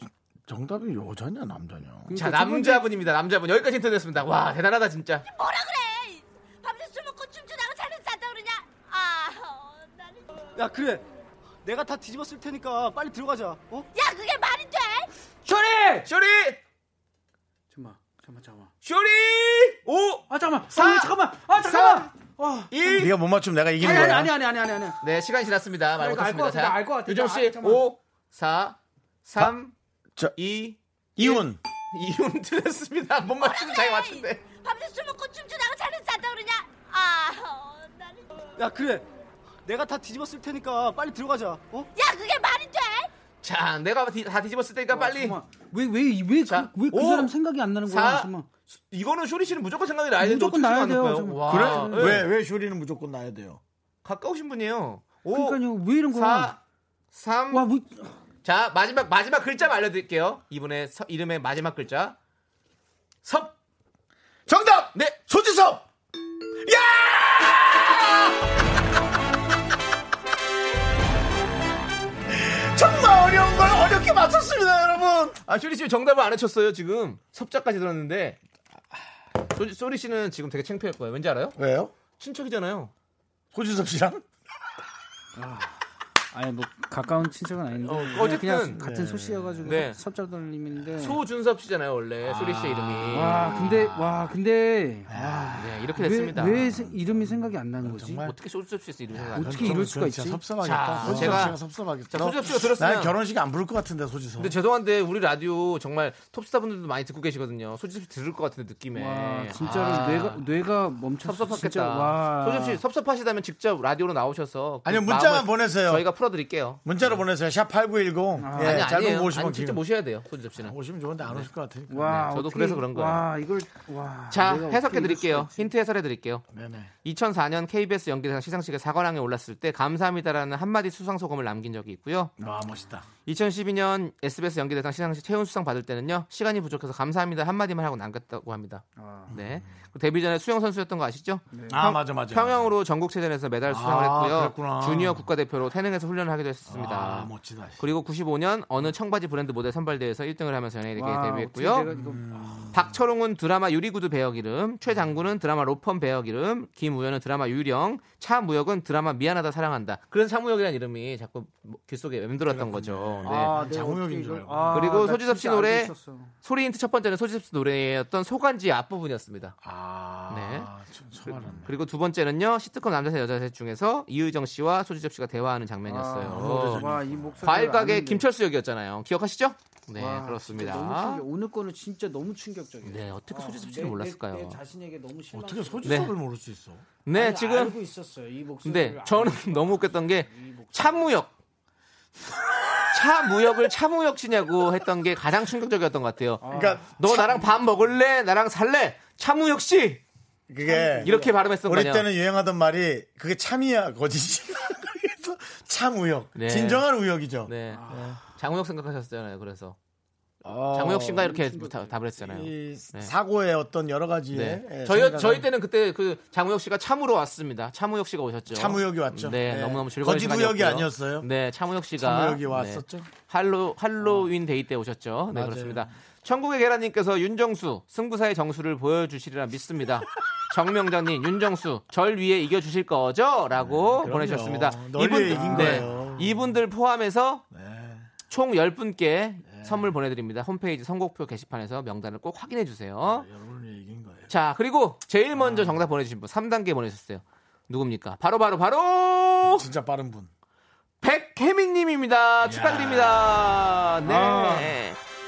A: 정답이 여자냐, 남자냐?
J: 그러니까
B: 자,
J: 첫 번째-
B: 남자분입니다. 남자분 여기까지 힌트 됐습니다. 와, 대단하다 진짜.
F: 뭐라 그래? 밤새 술 먹고 춤추다가 차는 쌌다 그러냐? 아, 어, 나는.
L: 야 그래 내가 다 뒤집었을 테니까 빨리 들어가자 어?
F: 야, 그게 말이 돼?
J: 쇼리!
B: 쇼리,
J: 잠깐만 잠깐만 잠깐만
B: 쇼리, 오,
J: 아 잠깐만
B: 사!
J: 아, 잠깐만 아 잠깐만 아,
B: 일.
A: 네가 못 맞추면 내가 이기는
J: 아니
A: 거야.
J: 아니 아니 아니 아니 아니
B: 네, 시간이 지났습니다. 말
J: 아, 이거
B: 못했습니다.
J: 알것 같아. 알것 같아.
B: 유정
J: 아,
B: 씨,
J: 잠깐만.
B: 오, 사, 삼,
A: 저-
B: 이,
A: 이훈.
B: 이음 틀렸습니다. 못 맞추면 자기 맞춘대.
F: 밤새 술 먹고 춤추다가 차는 쌌다 그러냐? 아, 어, 나는.
L: 야 그래 내가 다 뒤집었을 테니까 빨리 들어가자 어?
F: 야, 그게 말이 돼?
B: 자, 내가 디- 다 뒤집었을 테니까 빨리.
J: 왜왜왜그왜그
B: 자, 오,
J: 어, 사람 생각이 안 나는 거야
B: 사.
J: 잠깐만
B: 이거는 쇼리 씨는 무조건 생각이 나야 되는데
J: 무조건
B: 어떻게
J: 나야
B: 생각하는
J: 돼요,
B: 거예요?
J: 정말.
B: 와, 네.
A: 그래? 왜, 왜 쇼리는 무조건 나야 돼요?
B: 가까우신 분이에요. 5,
J: 그러니까요 왜 이런 거야
B: 4, 3.
J: 와 뭐,
B: 자, 마지막, 마지막 글자 알려드릴게요. 이분의 서- 이름의 마지막 글자. 섭!
A: 정답!
B: 네!
A: 소지섭! 야! 정말 어려운 걸 어렵게 맞췄습니다, 여러분!
B: 아, 쇼리 씨 정답을 안 해쳤어요, 지금. 섭자까지 들었는데. 쏘리, 쏘리 씨는 지금 되게 창피할 거예요. 왠지 알아요?
A: 왜요?
B: 친척이잖아요.
A: 소지섭 씨랑?
J: 아니 뭐 가까운 친척은 아닌데
B: 어,
J: 그냥-
B: 어쨌든.
J: 그냥 같은 소씨여가지고
B: 네.
J: 섭자돌림인데
B: 소준섭 씨잖아요, 원래. 쏘리 씨 이름이.
J: 아, 와 근데 와 근데 아,
B: 네, 이렇게
J: 왜,
B: 됐습니다.
J: 왜 세- 이름이 생각이 안 나는 거지?
B: 어떻게 소준섭 씨에서 이름이 생각 안 나요?
J: 어떻게 이럴 수가 있지?
A: 섭섭하겠다.
B: 자,
A: 소지섭
B: 제가-
A: 씨가 섭섭하겠다.
B: 자, 소지섭 씨가
A: 난
B: 들었으면.
A: 결혼식 안 부를 것 같은데, 소지섭.
B: 근데 죄송한데 우리 라디오 정말 톱스타 분들도 많이 듣고 계시거든요. 소지섭 씨 들을 것 같은 느낌에.
J: 와 진짜로
B: 아.
J: 뇌가 뇌가 멈췄어. 진짜,
B: 섭섭했겠다.
J: 와.
B: 소지섭 씨 섭섭하시다면 직접 라디오로 나오셔서 그
A: 아니요, 문자만
B: 마음을
A: 보내세요.
B: 저희가 풀어드릴게요.
A: 문자로 보내세요. 샵8910.
J: 네,
A: 예,
B: 아니
A: 짧은
B: 아니에요.
A: 거 50원
B: 아니, 직접
A: 긴
B: 모셔야 돼요. 소지섭 씨는.
A: 오시면 좋은데 안 오실 것 같으니까.
J: 와,
B: 네, 저도
J: 어떻게-
B: 그래서 그런 거예요.
J: 와, 이걸 와.
B: 자
J: 아, 내가
B: 해석해
J: 어떻게 이럴
B: 드릴게요.
J: 수가 있지?
B: 힌트 해설해 드릴게요.
A: 네네.
B: 2004년 KBS 연기대상 시상식에 사관왕에 올랐을 때 감사합니다라는 한마디 수상 소감을 남긴 적이 있고요.
A: 와, 아, 멋있다.
B: 2012년 SBS 연기대상 시상식 채운 수상 받을 때는요 시간이 부족해서 감사합니다 한마디만 하고 남겼다고 합니다.
J: 아.
B: 네. 그리고 데뷔 전에 수영 선수였던 거 아시죠?
J: 네.
A: 아, 맞아, 맞아.
B: 네. 평양으로 전국체전에서 메달 수상을
A: 아,
B: 했고요.
A: 그랬구나.
B: 주니어 국가대표로 태능에서 훈련을 하기도 했습니다.
A: 아, 멋지다.
B: 그리고 95년 어느 청바지 브랜드 모델 선발대회에서 1등을 하면서 연예계에
J: 와,
B: 데뷔했고요. 음,
J: 어떻게 내가 이거-
B: 박철웅은 드라마 유리구두 배역 이름, 최장군은 드라마 로펌 배역 이름, 김우현은 드라마 유령, 차무혁은 드라마 미안하다 사랑한다. 그래서 차무혁이라는 이름이 자꾸 귀 속에 맴돌았던 거죠. 네.
J: 아, 내가
A: 장우혁인 줄
J: 어떻게 이걸-
A: 알고.
J: 아,
B: 그리고
J: 나
B: 소지섭 씨
J: 진짜
B: 노래-
J: 알고 있었어.
B: 소리 힌트 첫 번째는 소지섭 씨 노래였던 소간지 앞부분이었습니다.
A: 아, 네. 처음 알았네.
B: 그리고 두 번째는요 시트콤 남자세 여자세 중에서 이의정 씨와 소지섭 씨가 대화하는
J: 아, 너무
B: 장면이었어요.
J: 와, 이 목소리
B: 과일 가게 김철수 역이었잖아요. 기억하시죠? 네 그렇습니다.
J: 오늘 거는 진짜 너무 충격적이에요.
B: 네 어떻게
J: 아,
B: 소지섭
J: 내-
B: 씨를
J: 내-
B: 몰랐을까요?
J: 내 자신에게 너무 실망.
A: 어떻게 소지섭을 모를 수 있어?
B: 네
J: 아니,
B: 지금
J: 알고 있었어요. 이 목소리.
B: 근데 저는 너무 웃겼던 게 차무역 차무역을 차무역 씨냐고 했던 게 가장 충격적이었던 것 같아요.
A: 그러니까
B: 너 나랑 밥 먹을래? 나랑 살래? 차무역 씨
A: 그게
B: 이렇게 발음했던
A: 우리
B: 거냐?
A: 때는 유행하던 말이 그게 참이야 거짓이야. 그래서 참 우역.
B: 네.
A: 진정한 우역이죠.
B: 네 장우혁 생각하셨잖아요. 네. 그래서
A: 어,
B: 장우혁 씨인가 이렇게 다- 답을 했잖아요.
A: 이 예,
B: 네.
A: 사고의 어떤 여러 가지
B: 네.
A: 의
B: 저희 저희 때는 그때 그 장우혁 씨가 참으로 왔습니다. 참우혁 씨가 오셨죠.
A: 참우혁이 왔죠.
B: 네,
A: 네.
B: 너무너무 즐거운
A: 거지구역이
B: 시간이었고요.
A: 아니었어요?
B: 네, 참우혁 씨가
A: 참우혁이
B: 네,
A: 왔었죠.
B: 할로 할로윈 데이 때 오셨죠. 네,
A: 어. 맞아요.
B: 그렇습니다. 천국의 계란님께서 윤정수 승부사의 정수를 보여주시리라 믿습니다. 정명장님 윤정수 절 위에 이겨 주실 거죠라고 보내셨습니다.
A: 네,
B: 네,
A: 널 위해 이긴 거예요. 네.
B: 이분들 포함해서 총 10분께 선물 보내드립니다. 홈페이지 선곡표 게시판에서 명단을 꼭 확인해
A: 네.
B: 주세요. 자, 그리고 제일
A: 아.
B: 먼저 정답 보내주신 분, 3단계 보내주셨어요. 누굽니까? 바로, 바로, 바로!
A: 진짜 빠른 분.
B: 백혜민님입니다. 축하드립니다. 네.
A: 아.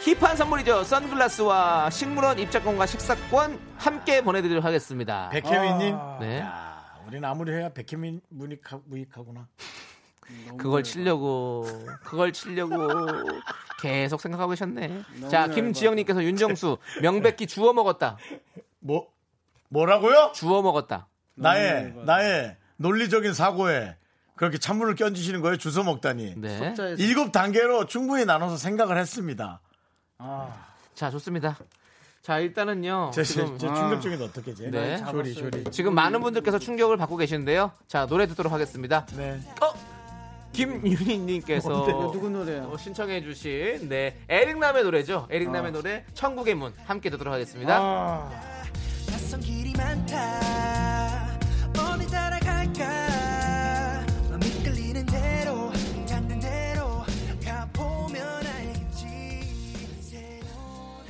B: 힙한 선물이죠. 선글라스와 식물원 입장권과 식사권 함께 보내드리도록 하겠습니다.
A: 백혜민님?
B: 네.
A: 우린 아무리 해야 백혜민 무익하, 무익하구나.
B: 그걸 치려고 그걸 치려고 계속 생각하고 계셨네.
A: 너무
B: 자
A: 얇아.
B: 김지영님께서 윤정수 명백히 주워 먹었다.
A: 뭐 뭐라고요?
B: 주워 먹었다.
A: 나의 나의 논리적인 사고에 그렇게 찬물을 끼얹으시는 거예요. 주워 먹다니.
J: 아,
B: 네. 석자에서.
A: 일곱 단계로 충분히 나눠서 생각을 했습니다.
B: 자 좋습니다. 자 일단은요.
A: 제, 제,
B: 지금-
A: 제 충격적인 어떻게 제?
B: 네.
A: 조리 조리.
B: 지금 많은 분들께서 충격을 받고 계시는데요. 자 노래 듣도록 하겠습니다.
A: 네.
B: 어 김유리님께서 어,
J: 누구 노래야?
B: 신청해주신 네 에릭남의 노래죠. 에릭남의
J: 아.
B: 노래 천국의 문 함께 듣도록 하겠습니다.
H: 낯선 길이 많다 어디 따라갈까 맘 이끌리는 대로 찾는 대로 가보면 알겠지 새로운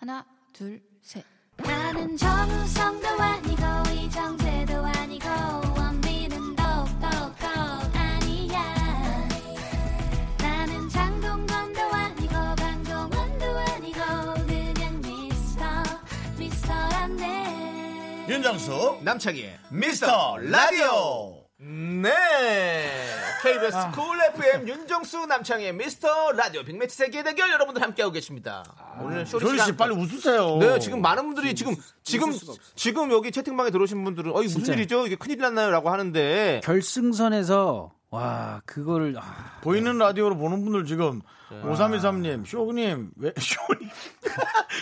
M: 하나, 둘, 셋. 나는 정우성도 아니고 이정재도 아니고 원빈은 더욱더 아니야. 나는 장동건도 아니고 강동원도 아니고 그냥 미스터 미스터란데.
A: 윤정수 남창희 미스터 라디오.
B: 네. KBS
J: 아.
B: 쿨 FM 윤정수 남창의 미스터 라디오 빅매치 세계 대결 여러분들 함께하고 계십니다.
J: 아.
B: 오늘 쇼리
A: 네. 조리 씨
B: 씨랑-
A: 빨리 웃으세요.
B: 네, 지금 많은 분들이 지금 지금 지금 여기 채팅방에 들어오신 분들은 어이 무슨
J: 진짜.
B: 일이죠? 이게 큰일 났나요라고 하는데
J: 결승선에서 와 그거를 아,
A: 보이는 라디오로 보는 분들 지금 5323님, 쇼님, 왜 쇼님,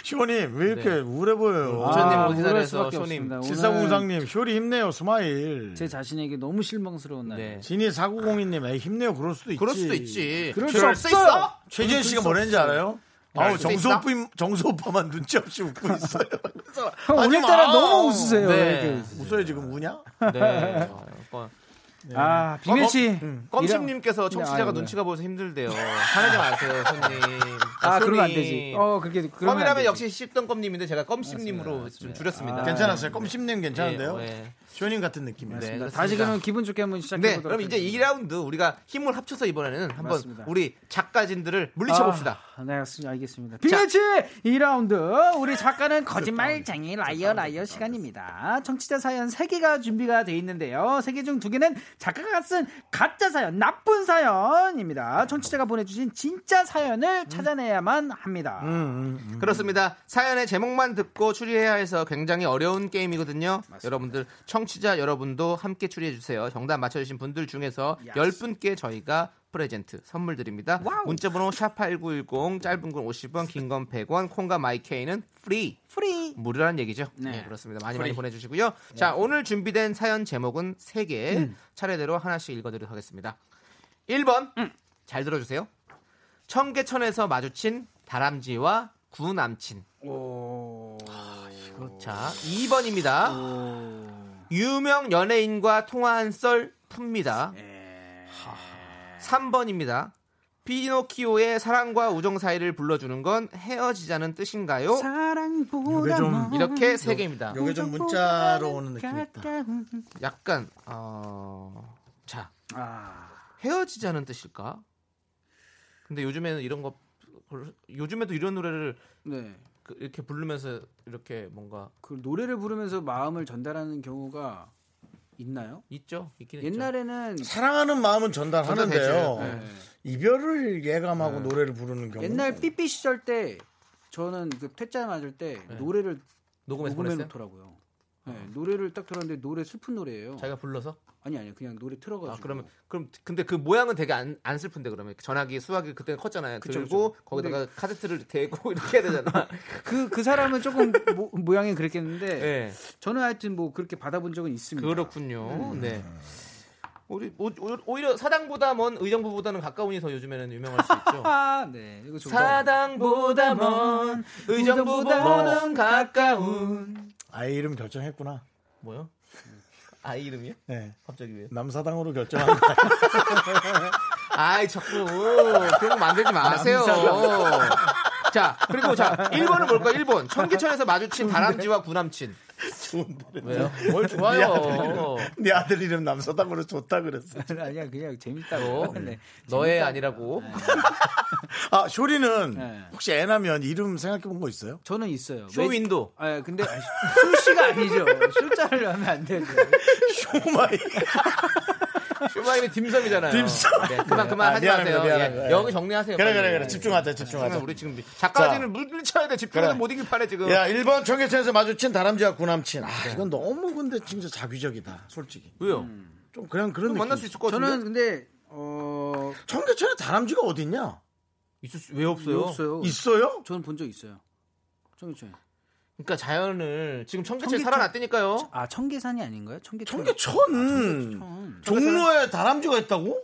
A: 쇼님 왜 이렇게
J: 네.
A: 우울해 보여요?
J: 우천님 아, 오시다래서 우울할 수밖에 쇼님. 없습니다.
A: 칠사공상님, 쇼리 힘내요, 스마일.
J: 제 자신에게 너무 실망스러운 날. 네.
A: 진이 사구공이님, 에 힘내요, 그럴 수도 있지.
J: 그럴 수도 있지. 그럴
A: 최-
J: 수 없어요.
A: 최지현
J: 그럴
A: 씨가
J: 수
A: 뭐랬는지
J: 없어요. 네,
A: 알아요?
J: 그럴
A: 아우
J: 수도
A: 정수
J: 있다?
A: 오빠 정수 오빠만 눈치 없이 웃고 있어요.
J: 형,
A: 하지
J: 오늘따라
B: 아,
A: 마.
J: 너무 웃으세요,
A: 네.
J: 이렇게.
A: 웃어요 지금 우냐?
B: 네.
J: 아, 빅매치. 음.
B: 어, 껌심님께서
J: 이런-
B: 청취자가
J: 네, 아유,
B: 눈치가 보여서 힘들대요. 화내지 마세요, 손님.
J: 아,
B: 손님.
J: 그러면 안 되지. 어, 그렇게 그러면 안
B: 껌이라면
J: 되지. 아,
B: 역시 씹던 껌님인데 제가 껌심님으로 좀 줄였습니다.
A: 괜찮았어요. 껌씹님 괜찮은데요?
B: 네, 네.
A: 쇼님 같은 느낌이에요.
B: 네, 그렇습니다.
J: 네. 다시 그러면 기분 좋게 한번 시작해
B: 네,
J: 보도록
B: 그럼 이제 2라운드 우리가 힘을 합쳐서 이번에는 한번
J: 맞습니다.
B: 우리 작가진들을 물리쳐 봅시다.
J: 아, 네, 알겠습니다. 빅매치 2라운드 우리 작가는 거짓말쟁이 라이어 라이어 시간입니다. 청취자 사연 3개가 준비가 돼 있는데요. 3개 중 2개는 작가가 쓴 가짜 사연, 나쁜 사연입니다. 청취자가 보내주신 진짜 사연을 찾아내야만 합니다.
B: 그렇습니다. 사연의 제목만 듣고 추리해야 해서 굉장히 어려운 게임이거든요. 여러분들 청취자 여러분도 함께 추리해 주세요. 정답 맞춰 주신 분들 중에서 10분께 저희가 프레젠트 선물 드립니다. 문자 번호 샵8910 짧은 건 50원, 긴 건 100원, 콩과 마이케이는 프리.
J: 프리.
B: 무료란 얘기죠. 네, 그렇습니다. 많이 많이
J: 프리. 네.
B: 보내 주시고요. 자, 오늘 준비된 사연 제목은 3개
J: 음.
B: 차례대로 하나씩 읽어 드리도록 하겠습니다. 1번.
J: 음.
B: 잘 들어 주세요. 청계천에서 마주친 다람쥐와 구남친. 자, 2번입니다. 유명 연예인과 통화한 썰 풉니다.
J: 네.
B: 3번입니다. 피노키오의 사랑과 우정 사이를 불러주는 건 헤어지자는 뜻인가요?
J: 사랑보다
A: 요게 좀-
J: 먼
B: 이렇게 세 개입니다.
A: 요게 좀 문자로 오는 느낌
J: 그러니까.
A: 있다.
J: 가까운
B: 약간 어... 자
J: 아.
B: 헤어지자는 뜻일까? 근데 요즘에는 이런 거 요즘에도 이런 노래를 그- 이렇게 부르면서 이렇게 뭔가
J: 그 노래를 부르면서 마음을 전달하는 경우가 있나요?
B: 있죠. 있긴
J: 옛날에는
A: 사랑하는 마음은 전달하는데요.
B: 어.
J: 전달되죠. 네.
A: 이별을 예감하고 노래를 부르는
B: 네.
A: 경우.
J: 옛날 삐삐 시절 때 저는 그 퇴짜 맞을 때 노래를
B: 네. 녹음해서
J: 녹음해
B: 보냈어요?
J: 놓더라고요. 네, 노래를 딱 들었는데 노래 슬픈 노래예요.
B: 자기가 불러서?
J: 아니 아니 그냥 노래 틀어가지고.
B: 아, 그러면 그럼 근데 그 모양은 되게 안, 안 슬픈데 그러면 전화기 수화기 그때 컸잖아요.
J: 그쵸,
B: 들고
J: 그쵸.
B: 거기다가 카세트를 대고 이렇게 해야 되잖아.
J: 그, 그 사람은 조금 모, 모양이 그랬겠는데
B: 네.
J: 저는 하여튼 뭐 그렇게 받아본 적은 있습니다.
B: 그렇군요.
J: 음.
B: 네. 우리 오- 오- 오히려 사당보다 먼 의정부보다는 가까우니 더 요즘에는 유명할 수 있죠.
J: 네, 이거 좋다.
B: 사당보다 먼 의정부보다는 가까운
A: 아이 이름 결정했구나.
B: 뭐요? 아이 이름이요?
A: 네.
B: 갑자기 왜?
A: 남사당으로 결정한 거
B: 아이 자꾸 그런 거 만들지 마세요.
A: 남사당.
B: 자 그리고 자 1번은 뭘까? 1번 청계천에서 마주친 다람쥐와 구남친. 왜요? 뭘 좋아요?
A: 네 아들 이름 남사당으로 좋다 그랬어.
J: 아니야 그냥
B: 어.
J: 재밌다고.
A: 네.
B: 너의 아니라고.
A: 아 쇼리는
J: 네.
A: 혹시 애 나면 이름 생각해 본 거 있어요?
J: 저는 있어요.
B: 쇼윈도.
J: 아 근데 쇼씨가 아니죠. 쇼자를 하면 안 되죠.
A: 쇼마이.
B: 쇼마이는 딤섬이잖아요.
A: 딤섬.
B: 네, 그만 그만
A: 아,
B: 하지
A: 미안합니다,
B: 마세요.
A: 미안합니다.
B: 예, 여기 정리하세요.
A: 그래,
B: 빨리.
A: 그래, 그래.
B: 예.
A: 집중하자, 집중하자.
B: 우리 지금 작가진을 물리쳐야 돼. 집중을
A: 그래.
B: 못 이길 판에 지금.
A: 야, 1번 청계천에서 마주친 다람쥐와 구남친. 아,
B: 네.
A: 이건 너무 근데 진짜 자기적이다. 솔직히.
B: 왜요?
A: 좀 그냥 그런
B: 좀 만날 수 있을 것 같은데?
J: 저는 근데 어
A: 청계천에 다람쥐가 어딨냐?
B: 있을 수- 왜 없어요?
J: 왜 없어요?
A: 있어요?
J: 저는 본 적 있어요. 청계천.
B: 그러니까 자연을 지금 청계천
J: 청계천-
B: 살아났다니까요.
J: 아 청계산이 아닌가요? 청계천. 아,
A: 청계천.
B: 뭐,
A: 종로에 다람쥐가 있다고?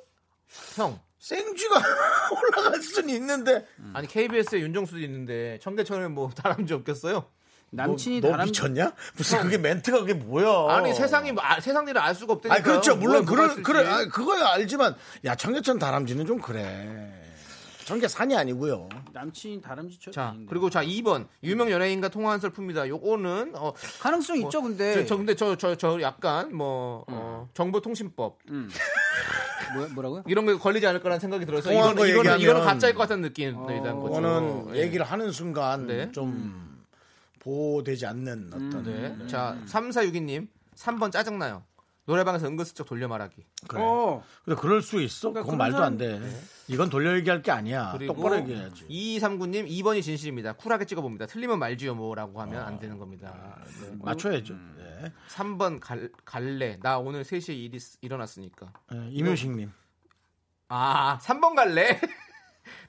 B: 형.
A: 생쥐가 올라갈 수는 있는데.
B: 음. 아니 KBS에 윤정수도 있는데 청계천에 뭐 다람쥐 없겠어요?
A: 남친이 너, 너 미쳤냐? 무슨 그게 멘트가 그게 뭐야?
B: 아니 세상이 아, 세상 일을 알 수가
A: 어.
B: 없다니까.
A: 아니 그렇죠 물론 그럴 그래 아, 그거야 알지만 야 청계천 다람쥐는 좀 그래 청계산이 아니고요
J: 남친
A: 아,
J: 다람쥐처럼.
B: 자 그리고 자 2번 유명 연예인과 통화한 썰 풉니다. 요거는 어,
J: 가능성
B: 뭐,
J: 있죠,
A: 네.
J: 근데.
B: 저, 저 근데 저 저 저 약간 뭐
A: 음.
B: 어, 정보통신법
J: 뭐, 라고요
B: 이런 거 걸리지 않을 거라는 생각이 들어서
A: 통화한
B: 이거는
A: 거
B: 이거는,
A: 얘기하면- 어,
B: 이거는 가짜일 것 같은 느낌이 난 거죠.
A: 그거는
B: 예.
A: 얘기를 하는 순간
B: 네.
A: 좀 보호되지 않는 어떤
B: 네. 자 3462님 3번 짜증나요. 노래방에서 은근슬쩍 돌려 말하기.
J: 어.
A: 그래
B: 어.
A: 근데 그럴 수 있어
B: 그러니까
A: 그건
B: 그런
A: 말도
B: 사람-
A: 안돼 이건 돌려 얘기할 게 아니야 똑바로 얘기해야지
B: 음. 2239님 2번이 진실입니다. 쿨하게 찍어봅니다. 틀리면 말지요 뭐라고 하면 안 되는 겁니다. 아, 네.
A: 맞춰야죠 예.
B: 3번 갈, 갈래. 나 오늘 3시에 일이 쓰- 일어났으니까.
A: 예, 임효식님
B: 음. 아 3번 갈래.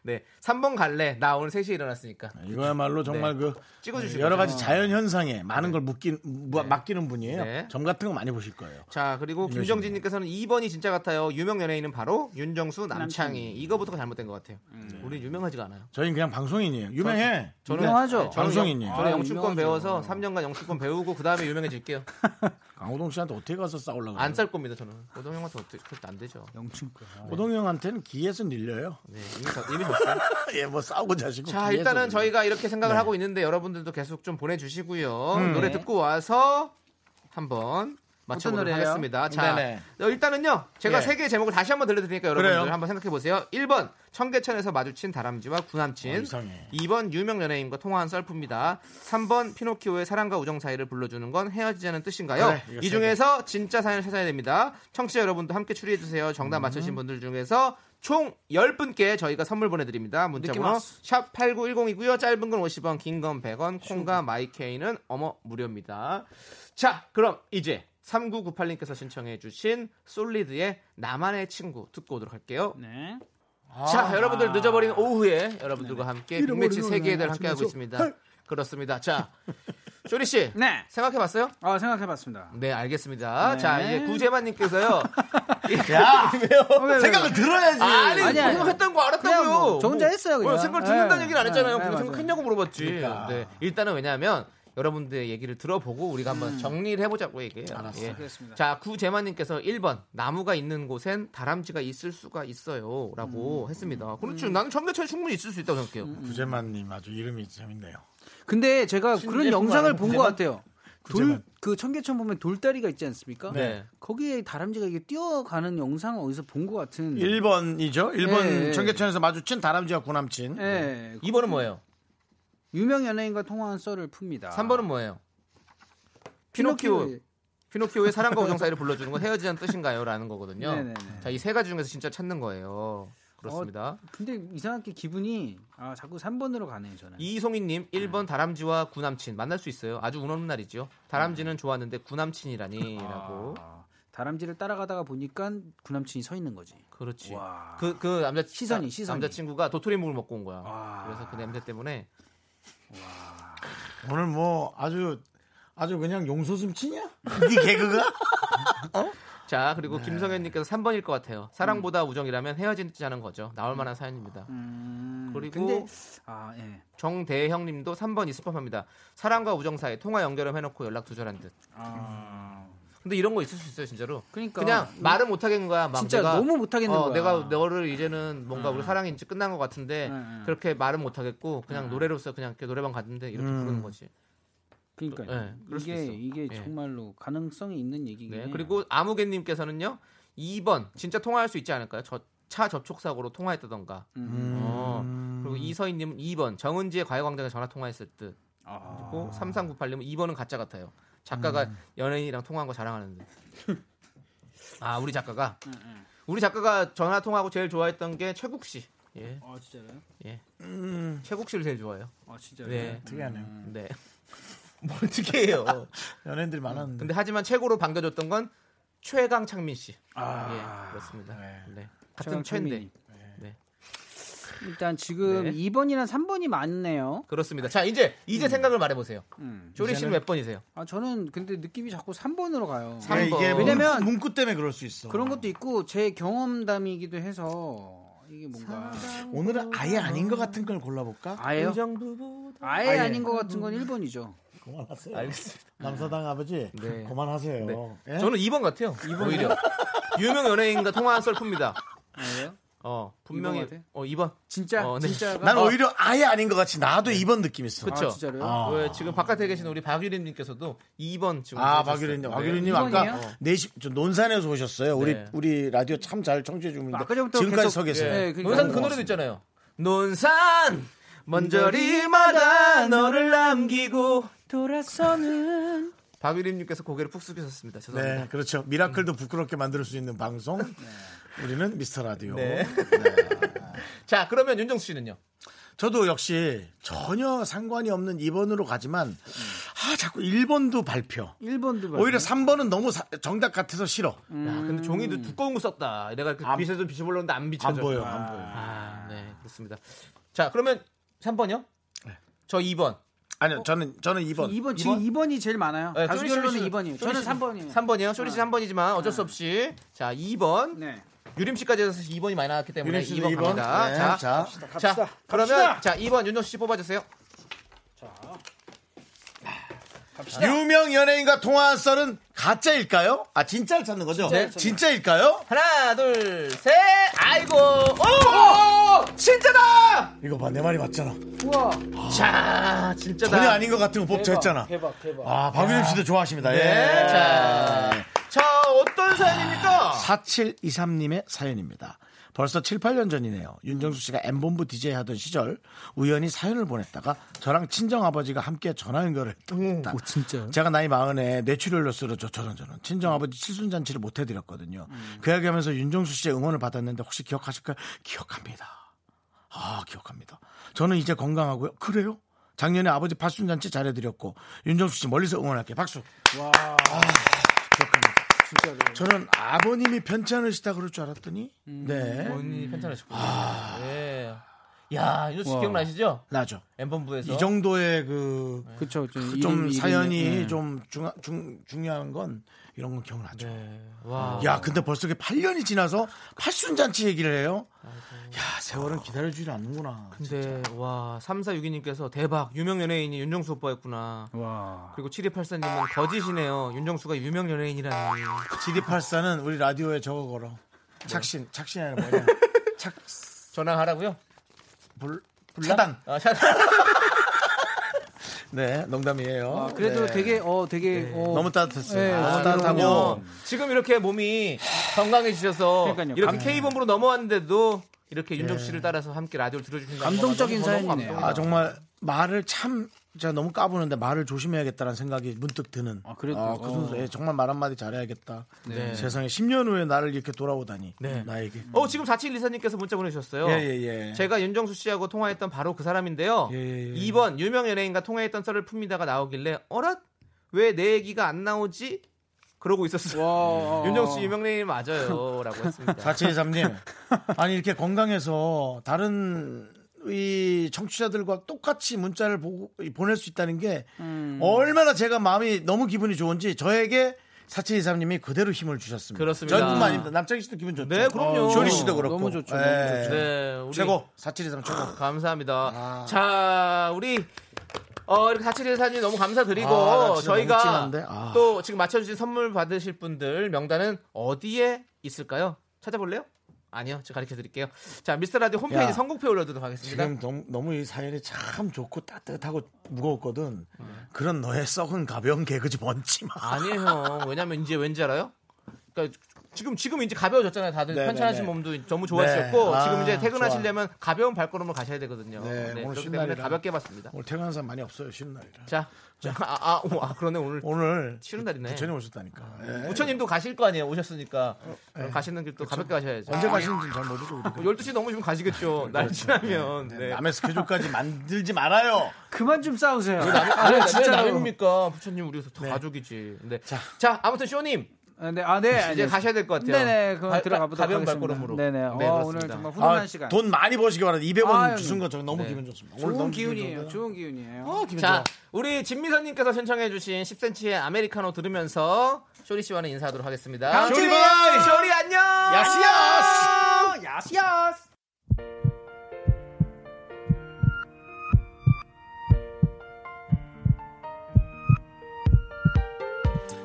B: 네 3번 갈래. 나 오늘 3시에 일어났으니까.
A: 이거야말로 정말
B: 네.
A: 그
B: 찍어주시면
A: 여러 가지
B: 돼요.
A: 자연 현상에 많은 걸 묶인 무- 맡기는 분이에요
B: 네.
A: 점 같은 거 많이 보실 거예요
B: 자 그리고
A: 임효식님.
B: 김정진님께서는 2번이 진짜 같아요. 유명 연예인은 바로 윤정수 남창희. 이거부터가 잘못된 것 같아요. 우리 유명하지가 않아요.
A: 저희는 그냥 방송인이에요 유명해
B: 저는- 아니, 저는
A: 방송인이에요
B: 영- 저는 영춘권 배워서 3년간 영춘권 배우고 그 다음에 유명해질게요.
A: 강호동 씨한테 어떻게 가서 싸우려고
B: 안 쌀 겁니다 저는. 고동 형한테 어떻게 그렇게 안 되죠.
J: 영춘권.
A: 호동 형한테는 기에서 밀려요.
B: 네, 이미 다- 이미 졌어요.
A: 예, 뭐 싸우고 자시고.
B: 자
A: 기에서
B: 일단은
A: 밀려요.
B: 저희가 이렇게 생각을
A: 네.
B: 하고 있는데 여러분들도 계속 좀 보내주시고요
A: 음.
B: 노래
A: 네.
B: 듣고 와서 한번 맞춰보도록
J: 노래예요?
B: 하겠습니다 자
J: 네네.
B: 어, 일단은요 제가
J: 예.
B: 세 개의 제목을 다시 한번 들려드리니까 여러분들
J: 그래요.
B: 한번 생각해보세요 1번 청계천에서 마주친 다람쥐와 구남친 2번 네. 유명 연예인과 통화한 썰프입니다 3번 피노키오의 사랑과 우정 사이를 불러주는 건 헤어지자는 뜻인가요
J: 그래, 이거
B: 이
J: 세
B: 중에서 진짜 사연을 찾아야 됩니다 청취자 여러분도 함께 추리해주세요
J: 음.
B: 정답 맞추신 분들 중에서 총 10분께 저희가 선물 보내드립니다
J: 느낌
B: 문자번호
J: 왔어.
B: 샵 8910이고요. 짧은 건 50원, 긴 건 100원, 콩과 마이케이는 어머 무료입니다. 자, 그럼 이제 3998님께서 신청해 주신 솔리드의 나만의 친구 듣고 오도록 할게요.
J: 네.
B: 자,
J: 아.
B: 여러분들 늦어버린 오후에 여러분들과 함께
J: 잃어버린
B: 빅매치
J: 오늘
B: 세계들 함께
J: 아침에서.
B: 하고 있습니다.
J: 헐.
B: 그렇습니다. 자, 쇼리 씨.
J: 네.
B: 생각해 봤어요?
J: 아, 생각해 봤습니다.
B: 네, 알겠습니다.
J: 네.
B: 자, 이제 구재만 님께서요.
J: 야, 어,
B: 왜요?
J: 생각을 들어야지.
B: 아니,
J: 아니, 아니.
B: 생각했던 거 알았다고요.
J: 그냥 뭐, 저 혼자
B: 뭐,
J: 했어요, 그냥.
B: 뭐 생각을 듣는다는
J: 네.
B: 얘기를 안 했잖아요.
J: 네, 그러니까.
B: 그냥
J: 네,
B: 생각했냐고 물어봤지. 네. 일단은 왜냐하면 여러분들의 얘기를 들어보고 우리가
J: 음.
B: 한번 정리를 해보자고 얘기해요. 알았어.
J: 그렇습니다.
B: 자, 구재만님께서 1번 나무가 있는 곳엔 다람쥐가 있을 수가 있어요라고
J: 음.
B: 했습니다. 그렇죠. 나는 청계천 충분히 있을 수 있다고 생각해요.
A: 구재만님 아주 이름이 재밌네요.
J: 근데 제가 그런
B: 신제품
J: 영상을
B: 아니고
J: 본 것
B: 구제만?
J: 같아요. 돌,
B: 구제만.
J: 그 청계천 보면 돌다리가 있지 않습니까?
A: 네.
J: 거기에 다람쥐가 이게 뛰어가는 영상을 어디서 본 것 같은.
B: 음.
A: 1번이죠. 1번
J: 네.
A: 청계천에서 마주친 다람쥐와 구남친.
J: 네.
B: 2번은 뭐예요?
J: 유명 연예인과 통화한 썰을 풉니다.
B: 3번은 뭐예요? 피노키오.
J: 피노키오의-
B: 피노키오의 사랑과 우정 사이를 불러주는 건 헤어지자는 뜻인가요? 라는 거거든요.
J: 네네네. 어,
B: 자, 이 세 가지 중에서 진짜 찾는 거예요. 그렇습니다.
J: 근데 이상하게 기분이 아, 자꾸 3번으로 가네요, 네. 저는.
B: 이송이님 1번 다람쥐와 구남친 만날 수 있어요. 아주 운 없는 날이죠.
J: 네.
B: 다람쥐는 좋았는데
J: 아.
B: 구남친이라니라고.
J: 다람쥐를 따라가다가 보니까 구남친이 서 있는 거지.
B: 그렇지. 그, 그 남자
J: 시선이, 시선이.
B: 남자친구가 도토리묵을 먹고 온 거야. 그래서 그 냄새 때문에
A: 오늘 뭐 아주 아주 그냥 용소숨 치냐? 네 개그가?
B: 자
J: 네.
B: 그리고 김성현님께서 3번일 것 같아요. 사랑보다
J: 음.
B: 우정이라면 헤어지자는 거죠. 나올 만한 사연입니다. 그리고
J: 음. 근데 아, 예.
B: 정대형님도 3번 이스팝합니다. 사랑과 우정 사이 통화 연결을 해놓고 연락 두절한 듯. 근데 이런 거 있을 수 있어요 진짜로.
J: 그러니까.
B: 냥 말을 못 하겠는 거야. 막
J: 진짜
B: 내가,
J: 너무 못 하겠는
B: 어,
J: 거야. 음.
B: 내가 너를 이제는 뭔가 우리 사랑이 이제 끝난 것 같은데 그렇게 말은 못 하겠고 그냥 노래로서 그냥 이렇게 노래방 갔는데 이렇게
J: 음.
B: 부르는 거지.
J: 그러니까
B: 예, 그럴 수도
J: 이게
B: 있어.
J: 이게
B: 예.
J: 정말로 가능성이 있는 얘기긴
B: 네.
J: 해요.
B: 그리고 아무개님께서는요. 2번 진짜 통화할 수 있지 않을까요? 저 차 접촉 사고로 통화했다던가.
J: 음.
B: 어, 그리고 이서희님은 2번 정은지의 과외광장에 전화 통화했을 듯. 그리고 3398님은 2번은 가짜 같아요. 작가가 연예인이랑 통화한 거 자랑하는데. 아 우리 작가가 우리 작가가 전화 통화하고 제일 좋아했던 게 최국 씨. 예.
J: 아 진짜요?
B: 예. 최국 씨를 제일 좋아해요.
J: 아 진짜요?
B: 네.
A: 특이하네요.
J: 음.
B: 네. 뭘 어떻게 해요?
A: 연예인들이 많았는데.
B: 근데 하지만 최고로 반겨줬던 건 최강 창민 씨.
A: 아,
B: 예, 그렇습니다. 네. 같은
J: 최강
B: 최인데. 네,
J: 창민이.
A: 네.
J: 일단 지금 2번이나 3번이 많네요.
B: 그렇습니다. 자, 이제 이제
A: 음.
B: 생각을 말해 보세요.
J: 음.
B: 조리 씨는 몇 번이세요?
J: 아 저는 근데 느낌이 자꾸 3번으로 가요.
B: 삼 번. 이게
J: 왜냐면
A: 네, 문구 때문에 그럴 수 있어.
J: 그런 것도 있고 제 경험담이기도 해서 이게 뭔가
A: 오늘은 아예 아닌 것 같은 걸 골라볼까? 음.
J: 아예요? 아예,
A: 아예.
J: 아닌 것 같은 건 1번이죠.
A: 그만하세요. 남사당 아버지
B: 네.
A: 그만하세요. 예?
B: 저는 2번 같아요. 오히려 유명 연예인과 통화한 썰프입니다.
J: 아예요?
B: 어, 분명히
J: 이번 같아?
B: 어 2번.
J: 진짜
B: 어, 네.
J: 진짜가
A: 난 오히려 아예 아닌 것 같이 나도 이 2번 느낌 있어.
B: 그쵸?
A: 아.
B: 왜 지금 바깥에 계신 우리 박유린 님께서도 2번 지금
A: 아,
B: 보내주셨어요.
A: 박유린님,
B: 네.
A: 박유린님 아까 4시 저 논산에서 오셨어요. 우리
B: 네.
A: 우리 라디오 참 잘 청취해 주는데
B: 아까 전부터
A: 지금까지
B: 계속-
A: 서 계세요. 네,
B: 예, 논산 그 노래도 있잖아요. 논산 먼저리마다 너를 남기고
J: 돌아서는
B: 박유림님께서 고개를 푹 숙이셨습니다. 죄송합니다.
A: 네, 그렇죠. 미라클도 부끄럽게 만들 수 있는 방송. 우리는 미스터 라디오.
B: 네. 자, 그러면 윤정수 씨는요?
A: 저도 역시 전혀 상관이 없는 2번으로 가지만 아 자꾸 1번도 발표.
J: 1번도
A: 오히려 3번은 너무 사- 정답 같아서 싫어.
J: 음.
B: 야, 근데 종이도 두꺼운 거 썼다. 내가 그 빛에 좀 빛이 올라오는데 안 비춰져.
A: 안 보여, 안
B: 보여. 아, 네, 그렇습니다. 자, 그러면 3번요?
A: 네.
B: 저 2번. 어?
A: 아니요, 저는 저는 2번.
J: 2번 지금 2번이 제일 많아요.
B: 네,
J: 다수
B: 쇼리 씨는-
J: 결론은
B: 쇼리
J: 2번이에요. 저는
B: 씨는
J: 3번이에요.
B: 3번이요? 쇼리 씨 3번이지만 어쩔 수 없이 자, 2번.
J: 네.
B: 유림 씨까지 해서 2번이 많이 나왔기 때문에
A: 유림 씨도
B: 2번,
A: 이번.
B: 갑니다.
A: 네,
B: 자,
A: 자.
B: 자,
A: 갑시다, 갑시다.
B: 그러면 자, 2번 윤정수 씨 뽑아 주세요.
A: 유명 연예인과 통화한 썰은 가짜일까요? 아 진짜를 찾는 거죠? 네,
B: 진짜를 찾는
A: 진짜일까요?
B: 하나, 둘, 셋. 아이고. 오! 진짜다!
A: 이거 봐, 내 말이 맞잖아.
J: 우와.
B: 자, 아, 진짜다.
A: 전혀 아닌 것 같은 거 뽑자 했잖아.
J: 대박 대박.
A: 아, 박유림 씨도 좋아하십니다.
B: 네.
A: 예.
B: 자, 자, 어떤 사연입니까?
A: 4723님의 사연입니다. 벌써 7, 8년 전이네요. 윤정수 씨가 M본부 DJ 하던 시절 우연히 사연을 보냈다가 저랑 친정아버지가 함께 전화 연결을 했다.
J: 진짜.
A: 제가 나이 마흔에 뇌출혈로스로 저- 저런 저런 친정아버지 칠순잔치를 못 해드렸거든요.
J: 음.
A: 그 이야기하면서 윤정수 씨의 응원을 받았는데 혹시 기억하실까요? 기억합니다. 아 기억합니다. 저는 이제 건강하고요. 그래요? 작년에 아버지 팔순잔치 잘해드렸고 윤정수 씨 멀리서 응원할게요. 박수. 아,
J: 와.
A: 기억합니다.
J: 진짜로.
A: 저는 아버님이 편찮으시다 그럴 줄 알았더니 네 아.
B: 본인이 괜찮으셨군요. 음, 예. 야, 윤정수 씨 기억나시죠?
A: 나죠.
B: 엠본부에서. 네.
A: 이 정도의 그
J: 그쵸. 좀,
A: 그
J: 이름이-
A: 좀
J: 이름이-
A: 사연이
J: 네.
A: 좀 중하, 중, 중요한 건 이런 건 기억나죠.
B: 네. 와.
A: 야, 근데 벌써 8년이 지나서 팔순잔치 얘기를 해요. 야, 세월은 기다려주지 않는구나.
B: 근데 와 3462님께서 대박 유명 연예인이 윤정수 오빠였구나
J: 와.
B: 그리고 7284님은 거짓이네요 윤정수가 유명 연예인이라니
A: 지리팔사는 우리 라디오에 저거 걸어. 착신, 착신이 아니라 뭐냐. 착,
B: 전화하라고요?
A: 불, 차단.
B: 아, 자,
A: 네, 농담이에요.
J: 아, 그래도
A: 네.
J: 되게 어 되게 어,
A: 너무 따뜻했어요.
J: 네,
A: 너무
J: 아,
A: 따뜻하고.
B: 지금 이렇게 몸이 건강해지셔서
J: 그러니까요.
B: 이렇게
J: 감-
B: K본부로 넘어왔는데도 이렇게 윤정수 씨를 따라서 함께 라디오를 들어주신다
J: 감동적인 사연이네요.
A: 아, 정말 말을 참 제가 너무 까부는데 말을 조심해야겠다라는 생각이 문득 드는. 아,
J: 그래도-
A: 그
J: 어.
A: 순서. 예, 정말 말 한마디 잘해야겠다.
B: 네.
A: 세상에 10년 후에 나를 이렇게 돌아오다니. 나에게.
B: 어 지금 4724님께서 문자 보내주셨어요.
A: 예, 예, 예.
B: 제가 윤정수 씨하고 통화했던 바로 그 사람인데요. 2번 유명 연예인과 통화했던 썰을 풉니다가 나오길래 어라 왜 내 얘기가 안 나오지? 그러고 있었어요. 윤정수 씨 유명 연예인 맞아요라고 했습니다.
A: 4723님. 아니, 이렇게 건강해서 다른 이 청취자들과 똑같이 문자를 보고, 보낼 수 있다는 게
B: 음.
A: 얼마나 제가 마음이 너무 기분이 좋은지 저에게 4723님이 그대로 힘을 주셨습니다.
B: 그렇습니다.
A: 저뿐만 아닙니다. 남창희 씨도 기분 좋죠.
B: 네, 그럼요.
A: 쇼리 씨도 그렇고.
B: 너무 좋죠,
A: 예.
B: 너무 좋죠. 네, 우리- 아,
A: 최고. 아. 4723 최고.
B: 감사합니다. 자, 우리 어, 이렇게 4714님 너무 감사드리고
A: 아, 나 진짜 너무
B: 저희가
A: 찡한데? 아.
B: 또 지금 맞춰주신 선물 받으실 분들 명단은 어디에 있을까요? 찾아볼래요? 아니요, 제가 가르쳐 드릴게요. 자, 미스터 라디오 홈페이지
A: 야.
B: 선곡표 올려드리도록 하겠습니다.
A: 지금 너무, 너무 이 사연이 참 좋고 따뜻하고 무거웠거든. 그런 너의 썩은 가벼운 개그지 먼지 마.
B: 아니에요. 왜냐면 이제 왠지 알아요? 그러니까 지금 지금 이제 가벼워졌잖아요. 다들
A: 네,
B: 편찮으신
A: 네, 네.
B: 몸도 너무 좋아지셨고
A: 네.
B: 지금
A: 아,
B: 이제 퇴근하시려면 가벼운 발걸음으로 가셔야 되거든요.
A: 네, 오늘
B: 그렇기
A: 신날이라. 네.
B: 때문에 가볍게 봤습니다.
A: 오늘 퇴근한 사람 많이 없어요, 쉬는 날이라.
B: 자, 자, 아, 아, 오, 아, 그러네 오늘
A: 어, 오늘
B: 쉬는 날이네.
A: 부처님 오셨다니까. 예.
B: 부처님도 가실 거 아니에요. 오셨으니까
A: 예.
B: 가시는 길도 가볍게 가셔야죠. 아,
A: 언제 그렇죠. 가시는지 잘 모르죠.
B: 12시 넘으시면 가시겠죠. 날 지나면. 네.
A: 남의 스케줄까지 만들지 말아요.
J: 그만 좀 싸우세요. 아, 네,
B: 왜 남-
A: 아,
B: 왜- 왜
A: 네,
B: 남입니까? 부처님 우리 다 가족이지. 네. 자, 아무튼 쇼님.
J: 네, 아, 네.
B: 이제
J: 알겠습니다.
B: 가셔야 될 것 같아요.
J: 네네, 그럼
B: 가-
J: 들어가 보도록
B: 가벼운
J: 하겠습니다.
B: 발걸음으로.
J: 네네.
B: 네,
J: 어,
B: 그렇습니다.
J: 오늘 정말 훈훈한
A: 아,
J: 시간.
A: 돈 많이 버시기 바랍니다. 200원
J: 아유.
A: 주신 거 저 너무 기분 네. 좋습니다. 오늘
J: 좋은
A: 너무
J: 기운이에요.
A: 기분
J: 좋은 어, 기운이에요.
B: 자, 우리 진미선님께서 신청해주신 10cm의 아메리카노 들으면서 쇼리 씨와는 인사하도록 하겠습니다.
J: 다음 주에
B: 쇼리,
J: 봬요.
B: 쇼리 안녕.
J: 야시야스! 야시야스!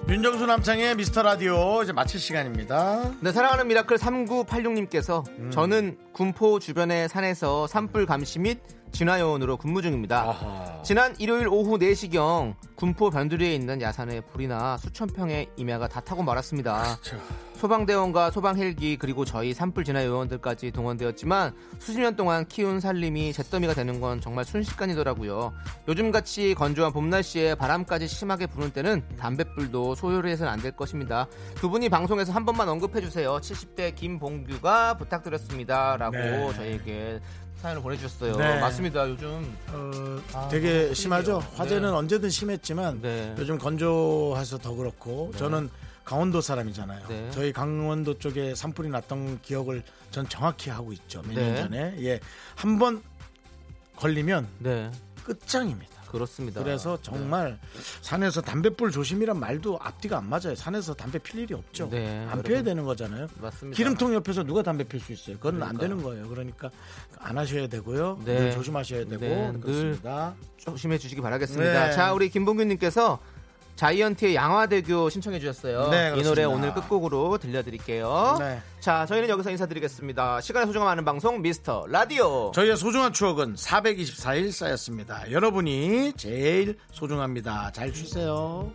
A: 윤정수 남창의 미스터 라디오 이제 마칠 시간입니다.
B: 네, 사랑하는 미라클 3986님께서
J: 음.
B: 저는 군포 주변의 산에서 산불 감시 및 진화요원으로 근무 중입니다. 지난 일요일 오후 4시경 군포 변두리에 있는 야산에 불이나 수천 평의 임야가 다 타고 말았습니다.
A: 그렇죠.
B: 소방대원과 소방헬기 그리고 저희 산불 진화 요원들까지 동원되었지만 수십 년 동안 키운 살림이 잿더미가 되는 건 정말 순식간이더라고요. 요즘같이 건조한 봄날씨에 바람까지 심하게 부는 때는 담뱃불도 소요를 해서는 안 될 것입니다. 두 분이 방송에서 한 번만 언급해주세요. 70대 김봉규가 부탁드렸습니다. 라고
A: 네.
B: 저희에게 사연을 보내주셨어요.
A: 네.
B: 맞습니다. 요즘
A: 어,
B: 아,
A: 되게
B: 너무
A: 심하죠.
B: 힘들어요.
A: 화재는
B: 네.
A: 언제든 심했지만 요즘 건조해서 더 그렇고
B: 네.
A: 저는 강원도 사람이잖아요.
B: 네.
A: 저희 강원도 쪽에 산불이 났던 기억을 전 정확히 하고 있죠. 몇 년
B: 네.
A: 전에 예, 한 번 걸리면
B: 네.
A: 끝장입니다.
B: 그렇습니다. 네.
A: 그래서 정말 산에서 담뱃불 조심이란 말도 앞뒤가 안 맞아요. 산에서 담배 필 일이 없죠.
B: 네,
A: 안
B: 여러분.
A: 피워야 되는 거잖아요.
B: 맞습니다.
A: 기름통 옆에서 누가 담배 필 수 있어요. 그건 안
B: 그러니까요.
A: 되는 거예요. 그러니까 안 하셔야 되고요.
B: 네.
A: 늘 조심하셔야 되고
B: 네, 늘
A: 그렇습니다.
B: 조심해 주시기 바라겠습니다.
A: 네.
B: 자, 우리 김봉규님께서 자이언티의 양화대교 신청해 주셨어요.
A: 네,
B: 이
A: 그렇습니다. 네.
B: 노래 오늘 끝곡으로 들려드릴게요. 자, 저희는 여기서 인사드리겠습니다. 시간의 소중함 아는 방송 미스터 라디오.
A: 저희의 소중한 추억은 424일 쌓였습니다. 여러분이 제일 소중합니다. 잘 쉬세요.